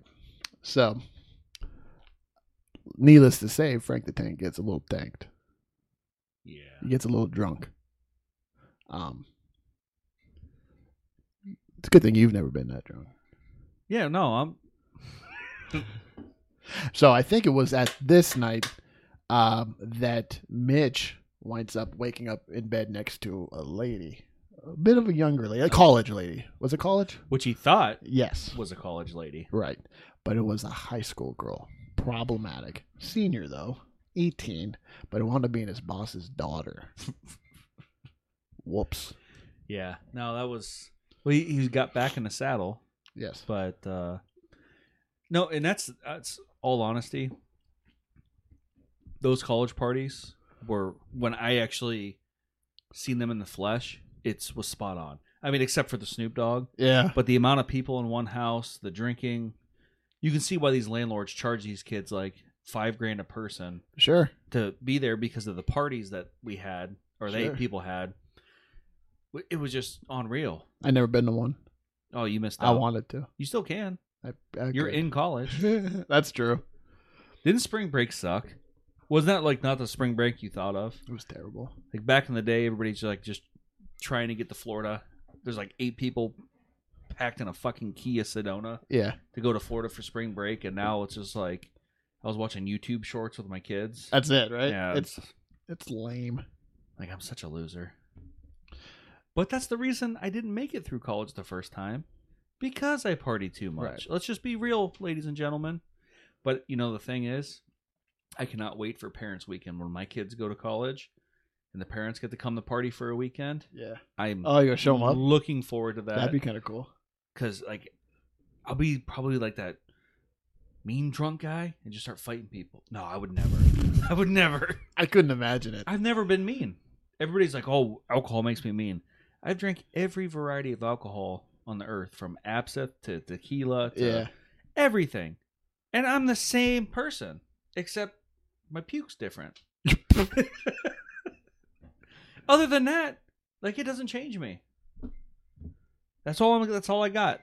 A: So, needless to say, Frank the Tank gets a little tanked.
B: yeah.
A: He gets a little drunk. Um, it's a good thing you've never been that drunk.
B: Yeah. No, I'm.
A: So I think it was at this night um, that Mitch winds up waking up in bed next to a lady, a bit of a younger lady, a college lady. Was it college?
B: Which he thought
A: Yes.
B: was a college lady.
A: Right. But it was a high school girl. Problematic. Senior, though. 18. But it wound up being his boss's daughter. Whoops.
B: Yeah. No, that was. Well, he, he got back in the saddle,
A: Yes.
B: but uh no, and that's that's all honesty. Those college parties were when I actually seen them in the flesh. It's was spot on. I mean, except for the Snoop Dogg,
A: Yeah.
B: but the amount of people in one house, the drinking, you can see why these landlords charge these kids like five grand a person
A: Sure.
B: to be there because of the parties that we had or they
A: Sure.
B: people had. W- It was just unreal.
A: I never been to one.
B: Oh, you missed out.
A: I wanted to.
B: You still can.
A: I, I
B: You're
A: could.
B: in college.
A: That's true.
B: Didn't spring break suck? Wasn't that like not the spring break you thought of?
A: It was terrible.
B: Like back in the day, everybody's like just trying to get to Florida. There's like eight people packed in a fucking Kia Sedona
A: Yeah.
B: to go to Florida for spring break, and now it's just like I was watching YouTube shorts with my kids.
A: That's it, right?
B: yeah,
A: It's it's lame.
B: Like I'm such a loser. But that's the reason I didn't make it through college the first time because I party too much.
A: Right.
B: Let's just be real, ladies and gentlemen. But you know the thing is, I cannot wait for parents weekend when my kids go to college and the parents get to come to party for a weekend.
A: Yeah.
B: I'm
A: Oh, you're gonna show 'em up.
B: looking forward to
A: That'd
B: that
A: be kind of cool.
B: cuz like I'll be probably like that mean drunk guy and just start fighting people. No, I would never. I would never.
A: I couldn't imagine it.
B: I've never been mean. Everybody's like, "Oh, alcohol makes me mean." I've drank every variety of alcohol on the earth, from absinthe to tequila to
A: yeah.
B: everything, and I'm the same person, except my puke's different. Other than that, like it doesn't change me. That's all. I'm, that's all I got.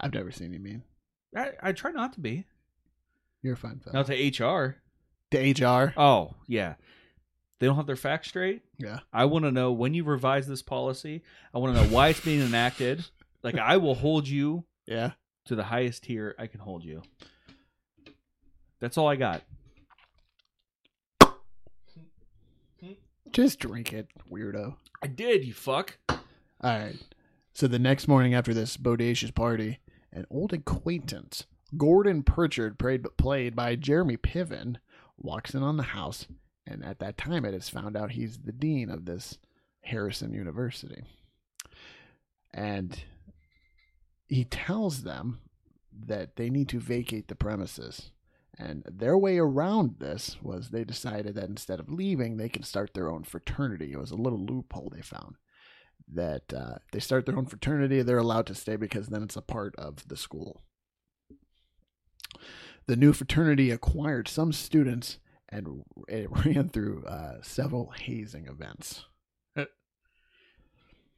A: I've never seen you mean.
B: I, I try not to be.
A: You're a fine fella.
B: Now to HR.
A: To HR.
B: Oh yeah, they don't have their facts straight.
A: Yeah.
B: I want to know when you revise this policy. I want to know why it's being enacted. Like I will hold you
A: Yeah.
B: to the highest tier I can hold you. That's all I got.
A: Just drink it, weirdo.
B: I did, you fuck.
A: All right. So the next morning after this bodacious party, an old acquaintance, Gordon Pritchard, played, played by Jeremy Piven, walks in on the house, and at that time it is found out he's the dean of this Harrison University. And he tells them that they need to vacate the premises. And their way around this was they decided that instead of leaving, they could start their own fraternity. It was a little loophole they found that uh, they start their own fraternity, they're allowed to stay because then it's a part of the school. The new fraternity acquired some students and it ran through uh, several hazing events.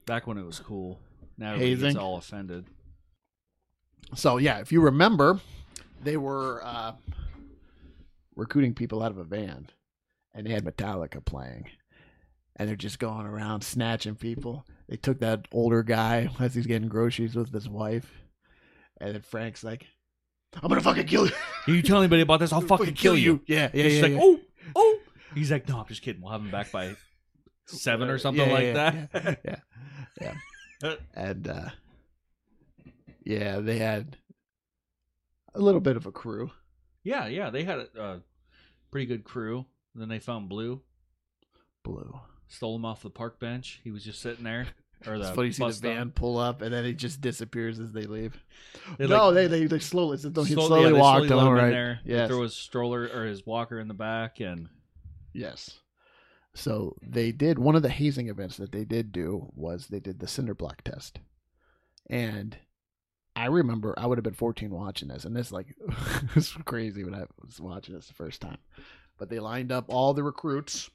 B: Back when it was cool. Now everybody gets
A: Hazing.
B: all offended.
A: So, yeah, if you remember, they were uh, recruiting people out of a van and they had Metallica playing. And they're just going around snatching people. They took that older guy as he's getting groceries with his wife. And then Frank's like, I'm going to fucking kill you.
B: You tell anybody about this, I'll fucking kill you.
A: Yeah, yeah,
B: He's
A: yeah.
B: like,
A: yeah.
B: oh, oh. He's like, no, I'm just kidding. We'll have him back by seven or something
A: Yeah,
B: like
A: yeah,
B: that.
A: yeah, yeah, yeah. and uh, yeah, they had a little bit of a crew.
B: yeah, yeah. They had a, a pretty good crew. Then they found Blue.
A: Blue.
B: stole him off the park bench. He was just sitting there. Or the
A: It's funny you see the
B: bus stop.
A: van pull up and then it just disappears as they leave.
B: They,
A: no,
B: like,
A: they, they they slowly they slowly,
B: yeah,
A: slowly
B: they
A: walk
B: slowly
A: to
B: let
A: the
B: him in
A: right.
B: there. They
A: Yes,
B: throw his stroller or his walker in the back, and
A: yes. So they did one of the hazing events that they did do was they did the cinder block test, and I remember I would have been 14 watching this, and this like this was crazy when I was watching this the first time. But they lined up all the recruits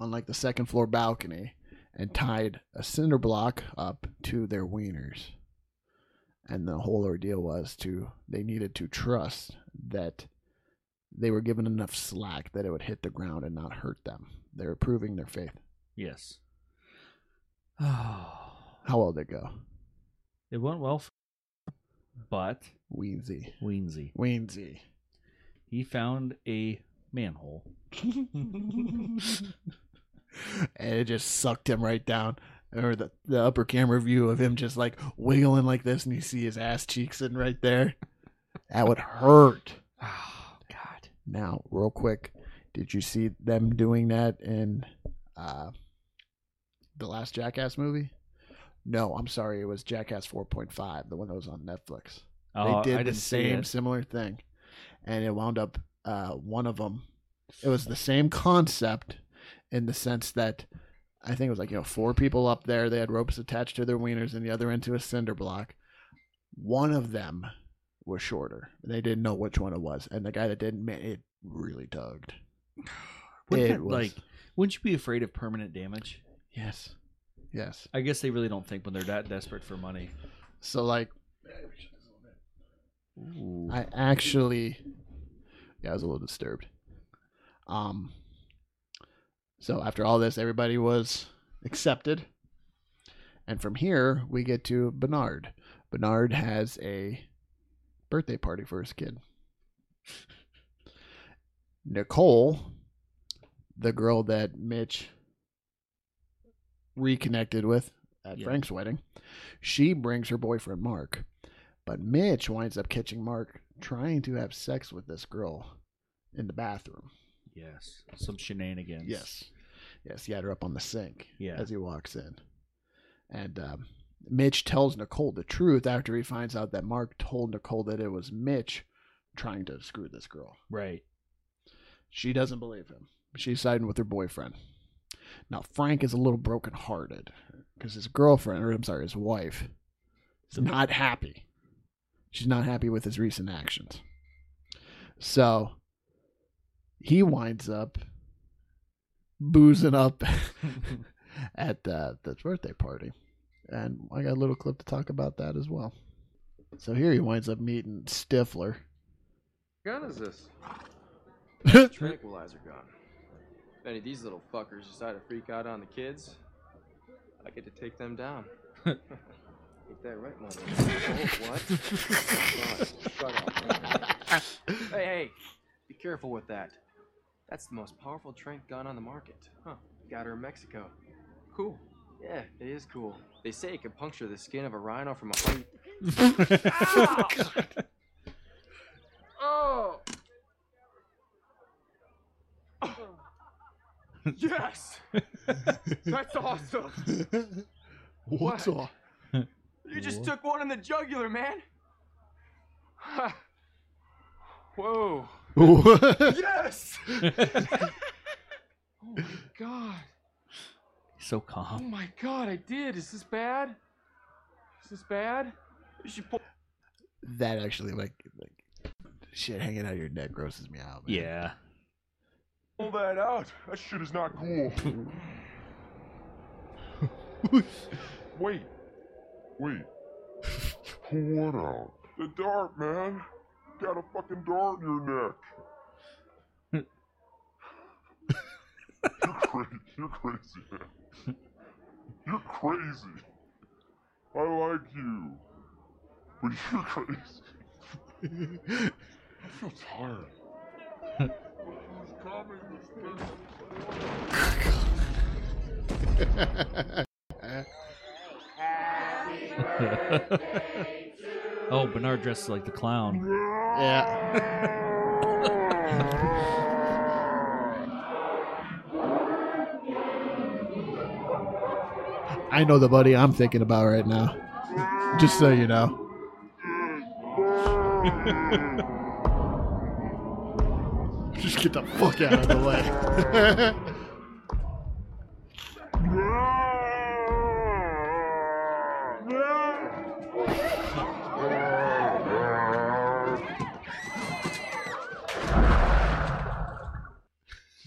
A: on like the second floor balcony, and tied a cinder block up to their wieners. And the whole ordeal was to they needed to trust that they were given enough slack that it would hit the ground and not hurt them. They were proving their faith.
B: Yes. Oh,
A: How well did it go?
B: it went well, f- but
A: Weensy.
B: Weensy
A: Weensy.
B: he found a manhole.
A: and it just sucked him right down. Or the, the upper camera view of him just like wiggling like this, and you see his ass cheeks in right there. That would hurt.
B: Oh God.
A: Now, real quick, did you see them doing that in uh, the last Jackass movie? No, I'm sorry, it was Jackass 4.5, the one that was on Netflix.
B: Oh,
A: they did
B: I
A: the
B: didn't see
A: same
B: it.
A: similar thing, and it wound up uh, one of them. It was the same concept in the sense that I think it was like you know four people up there. They had ropes attached to their wieners, and the other end to a cinder block. One of them was shorter. They didn't know which one it was, and the guy that didn't, man, it really tugged.
B: Wouldn't
A: It
B: that,
A: was-
B: like, wouldn't you be afraid of permanent damage?
A: Yes, yes.
B: I guess they really don't think when they're that desperate for money.
A: So like, I actually, yeah, I was a little disturbed. Um. So after all this, everybody was accepted, and from here we get to Bernard. Bernard has a birthday party for his kid. Nicole, the girl that Mitch reconnected with at
B: Yeah.
A: Frank's wedding, she brings her boyfriend Mark. But Mitch winds up catching Mark trying to have sex with this girl in the bathroom.
B: Yes, some shenanigans.
A: Yes. Yes, he had her up on the sink
B: Yeah.
A: as he walks in. And um, Mitch tells Nicole the truth after he finds out that Mark told Nicole that it was Mitch trying to screw this girl.
B: Right.
A: She doesn't believe him. She's siding with her boyfriend. Now Frank is a little brokenhearted because his girlfriend, or I'm sorry, his wife, is not happy. She's not happy with his recent actions. So he winds up boozing up at uh, the, the birthday party. And I got a little clip to talk about that as well. So here he winds up meeting Stifler.
I: gun is this? Tranquilizer gun. If any of these little fuckers decide to freak out on the kids, I get to take them down. Ain't that right, mother? oh, what? God, shut up. Oh, hey, hey, be careful with that. That's the most powerful trank gun on the market. Huh, got her in Mexico. Cool. Yeah, it is cool. They say it can puncture the skin of a rhino from a height.
E: Oh.
I: Yes! That's awesome!
A: What's
I: What?
A: up?
I: You just took one in the jugular, man. Ha. Whoa. Yes.
F: Oh my god.
B: So
F: Oh
B: calm.
F: my god, I did. Is this bad? Is this bad?
I: You should pull
A: that actually like, like shit hanging out of your neck grosses me out. man.
B: Yeah.
I: that out. That shit is not cool.
J: Wait. Wait. Pull what out? The dart, man. Got a fucking dart in your neck. you're crazy. You're crazy, man. You're crazy. I like you. But you're crazy. I feel tired. Who's coming? Who's coming?
B: oh, Bernard dresses like the clown.
A: Yeah. I know the buddy I'm thinking about right now. Just so you know. Just get the fuck out of the way. Do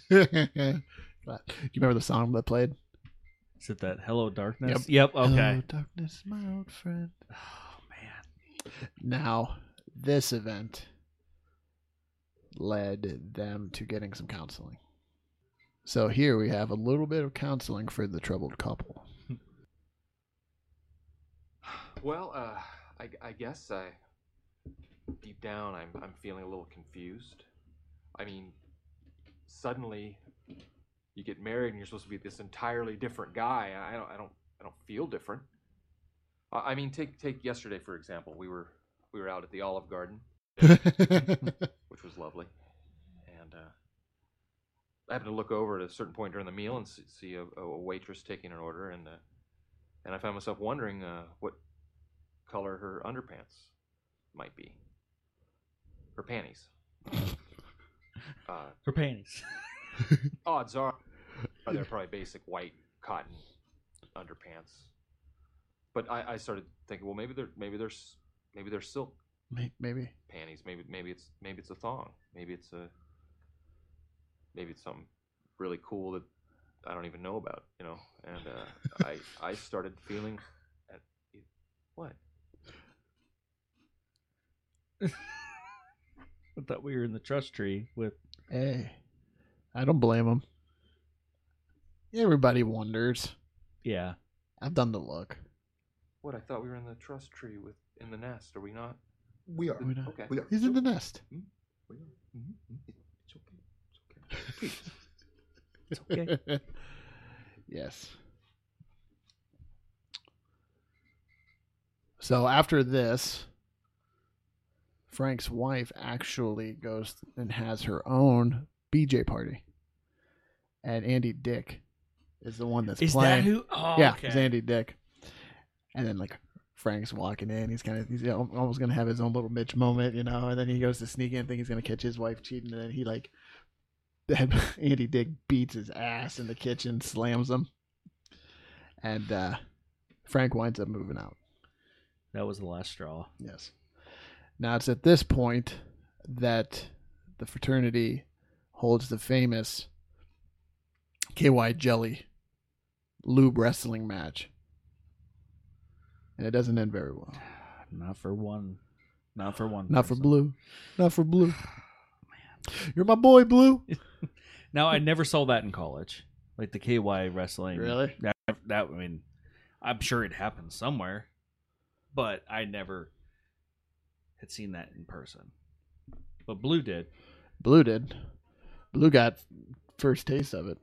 A: you remember the song that played?
B: Is it that Hello Darkness? Um,
A: Yep.
B: Yep. Okay.
A: Hello, darkness, my old friend. Oh man. Now, this event led them to getting some counseling. So here we have a little bit of counseling for the troubled couple.
I: Well, uh, I, I guess I, deep down, I'm, I'm feeling a little confused. I mean, suddenly, you get married and you're supposed to be this entirely different guy. I don't, I don't, I don't feel different. I, I mean, take take yesterday for example. We were we were out at the Olive Garden, which was lovely, and uh, I happened to look over at a certain point during the meal and see, see a, a waitress taking an order, and uh, and I found myself wondering uh, what color her underpants might be. Her panties. uh,
B: Her panties.
I: odds are they're probably basic white cotton underpants. But I, I started thinking, well, maybe they're maybe they're s- maybe they're silk
A: May- Maybe.
I: panties. Maybe maybe it's maybe it's a thong. Maybe it's a maybe it's something really cool that I don't even know about. You know, and uh, I I started feeling at, what
B: I thought we were in the trust tree with.
A: Hey, I don't blame them. Everybody wonders.
B: Yeah.
A: I've done the look.
I: what I thought we were in the trust tree with in the nest. Are we not?
K: We are.
A: We know.
I: Okay.
K: We are.
A: He's in the nest.
K: We are.
A: Mm-hmm.
K: It's okay.
A: It's okay. yes. So after this, Frank's wife actually goes and has her own BJ party. And Andy Dick is the one that's
B: Is that
A: playing.
B: who- oh,
A: yeah,
B: okay.
A: it's Andy Dick. And then like Frank's walking in, he's kind of he's al- almost gonna have his own little Mitch moment, you know. And then he goes to sneak in, think he's gonna catch his wife cheating, and then he like that Andy Dick beats his ass in the kitchen, slams him, and uh, Frank winds up moving out.
B: That was the last straw.
A: Yes. Now it's at this point that the fraternity holds the famous KY Jelly lube wrestling match, and it doesn't end very well.
B: Not for one. Not for one.
A: Not for
B: person.
A: blue. Not for blue. You're my boy, Blue.
B: Now I never saw that in college, like the KY wrestling.
A: Really?
B: That, that I mean, I'm sure it happened somewhere, but I never had seen that in person. But Blue did.
A: Blue did. Blue got first taste of it.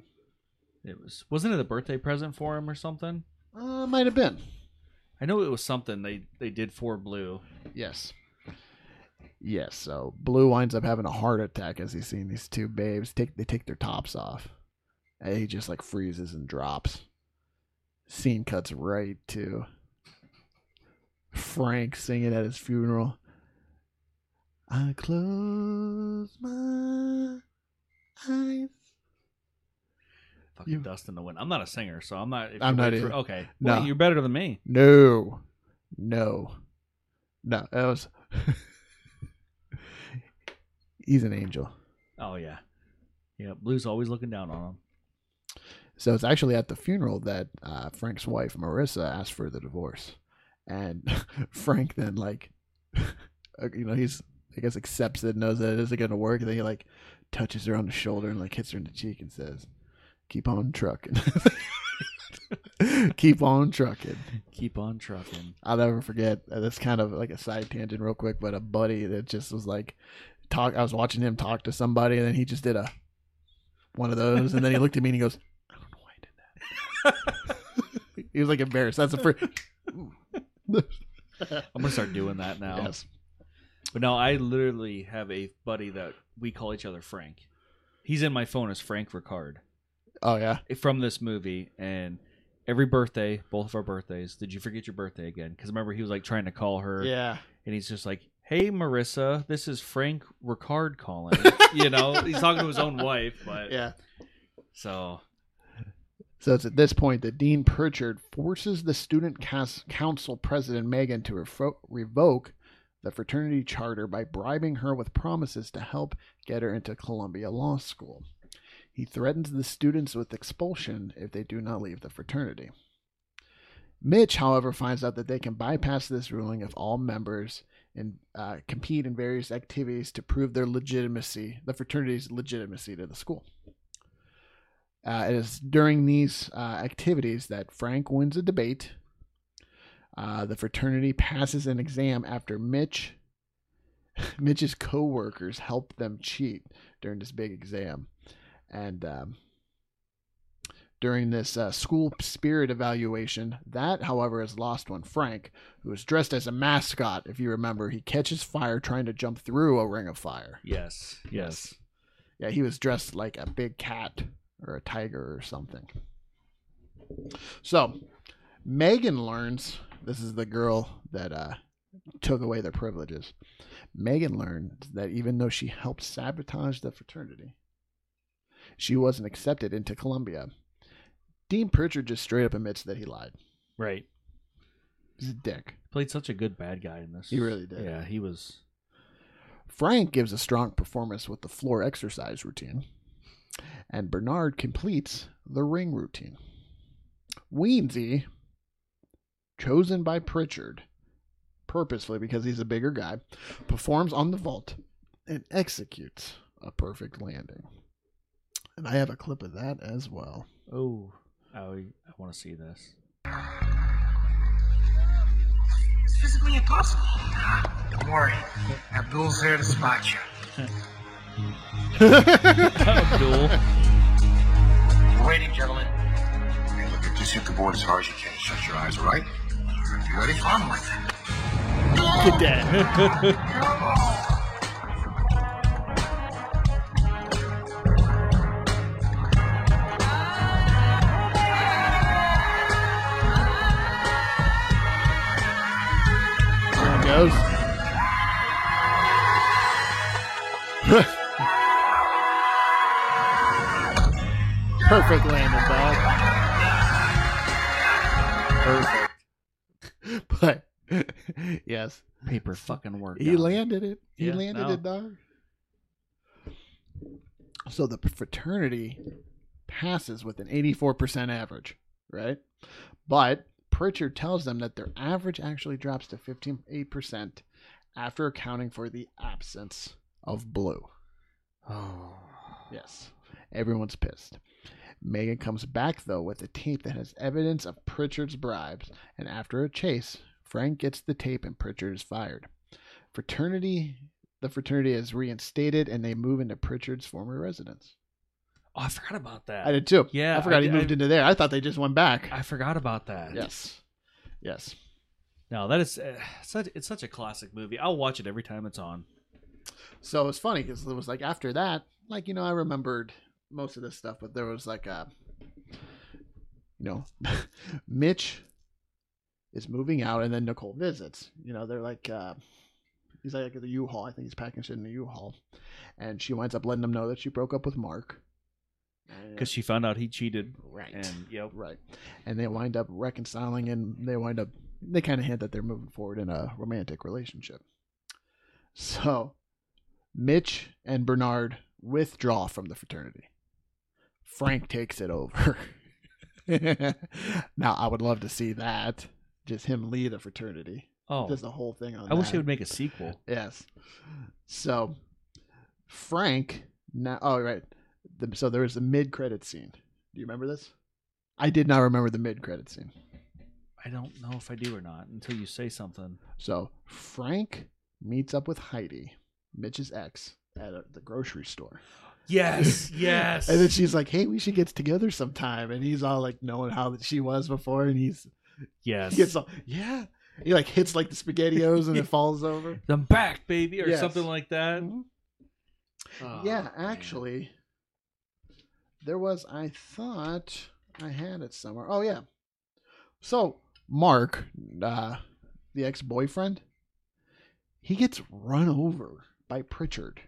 B: It was wasn't it a birthday present for him or something?
A: Uh, might have been.
B: I know it was something they they did for Blue.
A: Yes. Yes. So Blue winds up having a heart attack as he's seeing these two babes take they take their tops off, and he just like freezes and drops. Scene cuts right to Frank singing at his funeral. I close my eyes.
B: Fucking
A: You-
B: dust in the wind. I'm not a singer, so I'm not. if
A: I'm
B: you're
A: not
B: waiting
A: either.
B: okay,
A: No.
B: Well, you're better than me.
A: No, no, no. That was. He's an angel.
B: Oh yeah, yeah. Blue's always looking down on him.
A: So it's actually at the funeral that uh, Frank's wife Marissa asked for the divorce, and Frank then like, you know, he's I guess accepts it, knows that it isn't going to work, and then he like touches her on the shoulder and like hits her in the cheek and says, "Keep on trucking, keep on trucking."
B: Keep on trucking.
A: I'll never forget. uh, That's kind of like a side tangent, real quick, but a buddy that just was like, talk. I was watching him talk to somebody, and then he just did a one of those, and then he looked at me and he goes, "I don't know why I did that." he was like embarrassed. That's the first.
B: I'm gonna start doing that now.
A: Yes.
B: But no, I literally have a buddy that we call each other Frank. He's in my phone as Frank Ricard eh,
A: Oh yeah.
B: from this movie, and every birthday, both of our birthdays, did you forget your birthday again? Because remember, he was like trying to call her,
A: Yeah.
B: and he's just like, "Hey, Marissa, this is Frank Ricard calling." you know, he's talking to his own wife, but
A: Yeah.
B: so
A: So it's at this point that Dean Pritchard forces the student cous- council president Megan to refo- revoke the fraternity charter by bribing her with promises to help get her into Columbia Law School. He threatens the students with expulsion if they do not leave the fraternity. Mitch, however, finds out that they can bypass this ruling if all members and uh, compete in various activities to prove their legitimacy, the fraternity's legitimacy to the school. Uh, it is during these uh, activities that Frank wins a debate. Uh, the fraternity passes an exam after Mitch, Mitch's co-workers help them cheat during this big exam, and um, during this uh, school spirit evaluation, that, however, is lost when Frank, who is dressed as a mascot, if you remember, he catches fire trying to jump through a ring of fire.
B: Yes. Yes.
A: Yeah, he was dressed like a big cat or a tiger or something. So, Megan learns this is the girl that uh, took away their privileges. Megan learns that even though she helped sabotage the fraternity, she wasn't accepted into Columbia. Dean Pritchard just straight up admits that he lied.
B: Right.
A: He's a dick.
B: Played such a good bad guy in this.
A: He really did.
B: Yeah, he was.
A: Frank gives a strong performance with the floor exercise routine, and Bernard completes the ring routine. Weensy, chosen by Pritchard purposefully because he's a bigger guy, performs on the vault and executes a perfect landing. And I have a clip of that as well.
B: Oh, I, I want to see this.
L: It's physically impossible. Don't worry. Abdul's there to spot you.
B: Abdul.
L: We're waiting, gentlemen. Hey, look, just hit the board as hard as you can. Shut your eyes, all right? If you're ready, on with it.
A: Get that. there it goes. Perfect landing, dog. Perfect. But yes,
B: Paper fucking work.
A: he landed it. He
B: Yeah,
A: landed
B: no.
A: it, dog. So the fraternity passes with an 84% average, right? But Pritchard tells them that their average actually drops to 58% after accounting for the absence of blue.
B: Oh.
A: Yes. Everyone's pissed. Megan comes back, though, with a tape that has evidence of Pritchard's bribes, and after a chase, Frank gets the tape and Pritchard is fired. Fraternity, the fraternity is reinstated, and they move into Pritchard's former residence.
B: Oh, I forgot about that.
A: I did too.
B: Yeah,
A: I forgot he
B: I-
A: moved
B: I-
A: into there. I thought they just went back.
B: I forgot about that.
A: Yes, yes.
B: No, that is uh, such. It's such a classic movie. I'll watch it every time it's on.
A: So it was funny because it was like after that, like you know, I remembered most of this stuff, but there was like a, you know, Mitch is moving out, and then Nicole visits. You know, they're like, uh, he's like at the U-Haul. I think he's packing shit in the U-Haul, and she winds up letting him know that she broke up with Mark. And-
B: because she found out he cheated.
A: Right.
B: And yep.
A: Right. And they wind up reconciling and they wind up they kind of hint that they're moving forward in a romantic relationship. So Mitch and Bernard withdraw from the fraternity. Frank takes it over. now I would love to see that. Just him lead a fraternity.
B: Oh.
A: Just the whole thing on
B: I wish
A: that.
B: they would make a sequel.
A: Yes. So Frank now oh right. The, so there was a mid credit scene. Do you remember this? I did not remember the mid credit scene.
B: I don't know if I do or not until you say something.
A: So Frank meets up with Heidi, Mitch's ex, at a, the grocery store.
B: Yes. Yes.
A: And then she's like, "Hey, we should get together sometime." And he's all like, knowing how she was before, and he's
B: yes.
A: he gets all, yeah. He like hits like the spaghettios and it falls over.
B: I'm back, baby, or
A: Yes.
B: something like that.
A: Mhm.
B: Oh,
A: yeah,
B: man.
A: actually, there was. I thought I had it somewhere. Oh yeah. So Mark, uh, the ex-boyfriend, he gets run over by Pritchard.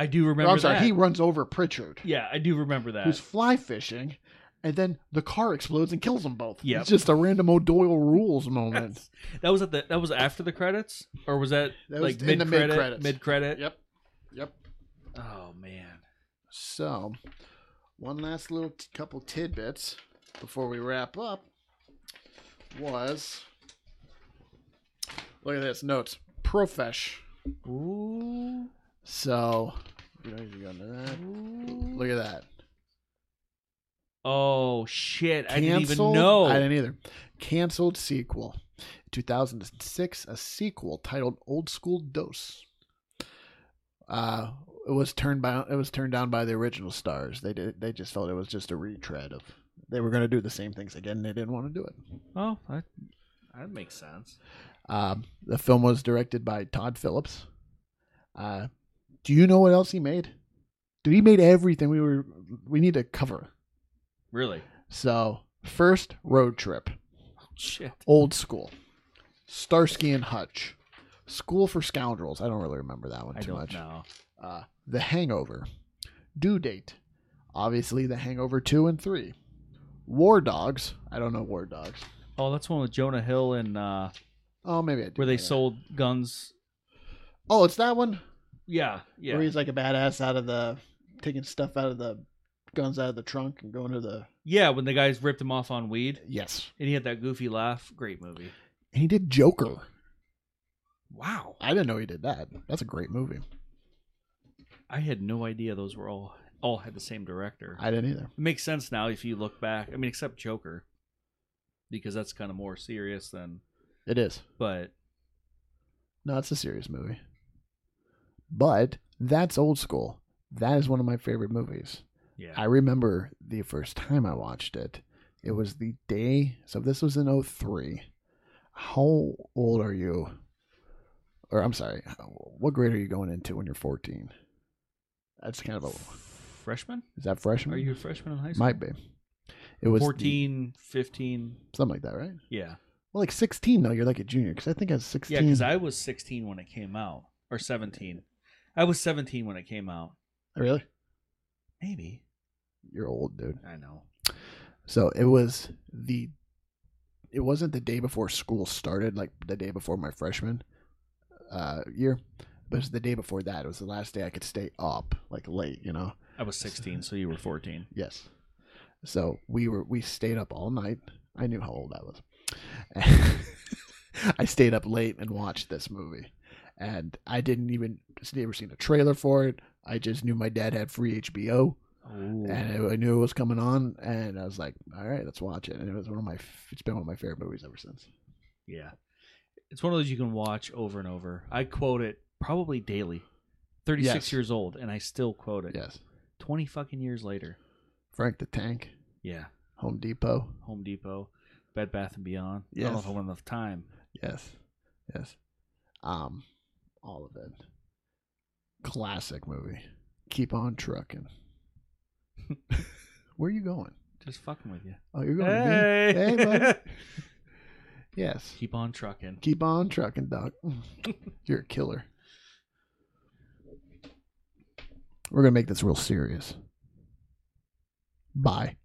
B: I do
A: Or,
B: remember.
A: I'm sorry,
B: that.
A: he runs over Pritchard,
B: Yeah, I do remember that.
A: who's fly fishing, and then the car explodes and kills them both.
B: Yep.
A: It's just a random O'Doyle rules moment.
B: That was at the. That was after the credits, or was that,
A: That was
B: like
A: in the
B: mid credit?
A: mid-credits.
B: Mid credit.
A: Yep. Yep.
B: Oh man.
A: So, One last little t- couple tidbits before we wrap up was look at this notes profesh. Ooh. So we don't need to go into that. Look at that.
B: Oh shit! I didn't even
A: Canceled-
B: know.
A: I didn't either. Canceled sequel. 2006, a sequel titled Old School Dose. Uh, it was turned by it was turned down by the original stars. They did they just felt it was just a retread of they were going to do the same things again. and They didn't want to do it.
B: Oh, that that makes sense.
A: Um, the film was directed by Todd Phillips. Uh, do you know what else he made? Dude, he made everything we were we need to cover.
B: Really?
A: So first road trip,
B: Shit.
A: old school, Starsky and Hutch, School for Scoundrels. I don't really remember that one
B: I
A: too
B: don't
A: much.
B: know.
A: Uh, the Hangover, Due Date, obviously The Hangover two and three, War Dogs. I don't know War Dogs.
B: Oh, that's one with Jonah Hill and uh,
A: Oh, maybe I do
B: where
A: know
B: they
A: that.
B: sold guns.
A: Oh, it's that one.
B: Yeah, yeah.
A: Where he's like a badass out of the taking stuff out of the guns out of the trunk and going to the
B: Yeah, when the guys ripped him off on weed.
A: Yes.
B: And he had that goofy laugh. Great movie.
A: and he did Joker.
B: Wow.
A: I didn't know he did that. That's a great movie.
B: I had no idea those were all all had the same director.
A: I didn't either.
B: It makes sense now if you look back. I mean, except Joker, because that's kind of more serious than.
A: It is.
B: But
A: No, it's a serious movie. But that's old school. That is one of my favorite movies.
B: Yeah.
A: I remember the first time I watched it. It was the day so this was in 03. How old are you? Or I'm sorry, what grade are you going into when you're 14? That's kind of a
B: freshman?
A: Is that freshman?
B: Are you a freshman in high school?
A: Might be. It was the-
B: 14, 15.
A: something like that, right?
B: Yeah.
A: Well, like 16 though. You're like a junior because I think I was
B: Yeah,
A: 16.
B: because I was 16 when it came out, or 17. I was 17 when it came out.
A: really.
B: Maybe.
A: You're old, dude.
B: I know.
A: So it was the. It wasn't the day before school started, like the day before my freshman uh, year, but it was the day before that. It was the last day I could stay up, like late, you know.
B: I was 16, so you were 14.
A: Yes. So we were we stayed up all night. I knew how old I was. I stayed up late and watched this movie, and I didn't even just never seen a trailer for it. I just knew my dad had free HBO, and I, I knew it was coming on, and I was like, "All right, let's watch it." And it was one of my f- it's been one of my favorite movies ever since.
B: Yeah. It's one of those you can watch over and over. I quote it probably daily. 36
A: Yes.
B: years old, and I still quote it.
A: Yes.
B: 20 fucking years later.
A: Frank the Tank,
B: Yeah.
A: Home Depot,
B: Home Depot, Bed Bath and Beyond. I don't know
A: Yes.
B: if I want enough time.
A: yes, yes, um, all of it. Classic movie. Keep on trucking. Where are you going?
B: Just fucking with you.
A: Oh, you're going to
B: Hey.
A: be? Hey, bud. yes.
B: Keep on trucking.
A: Keep on trucking, Doc. You're a killer. We're going to make this real serious. Bye.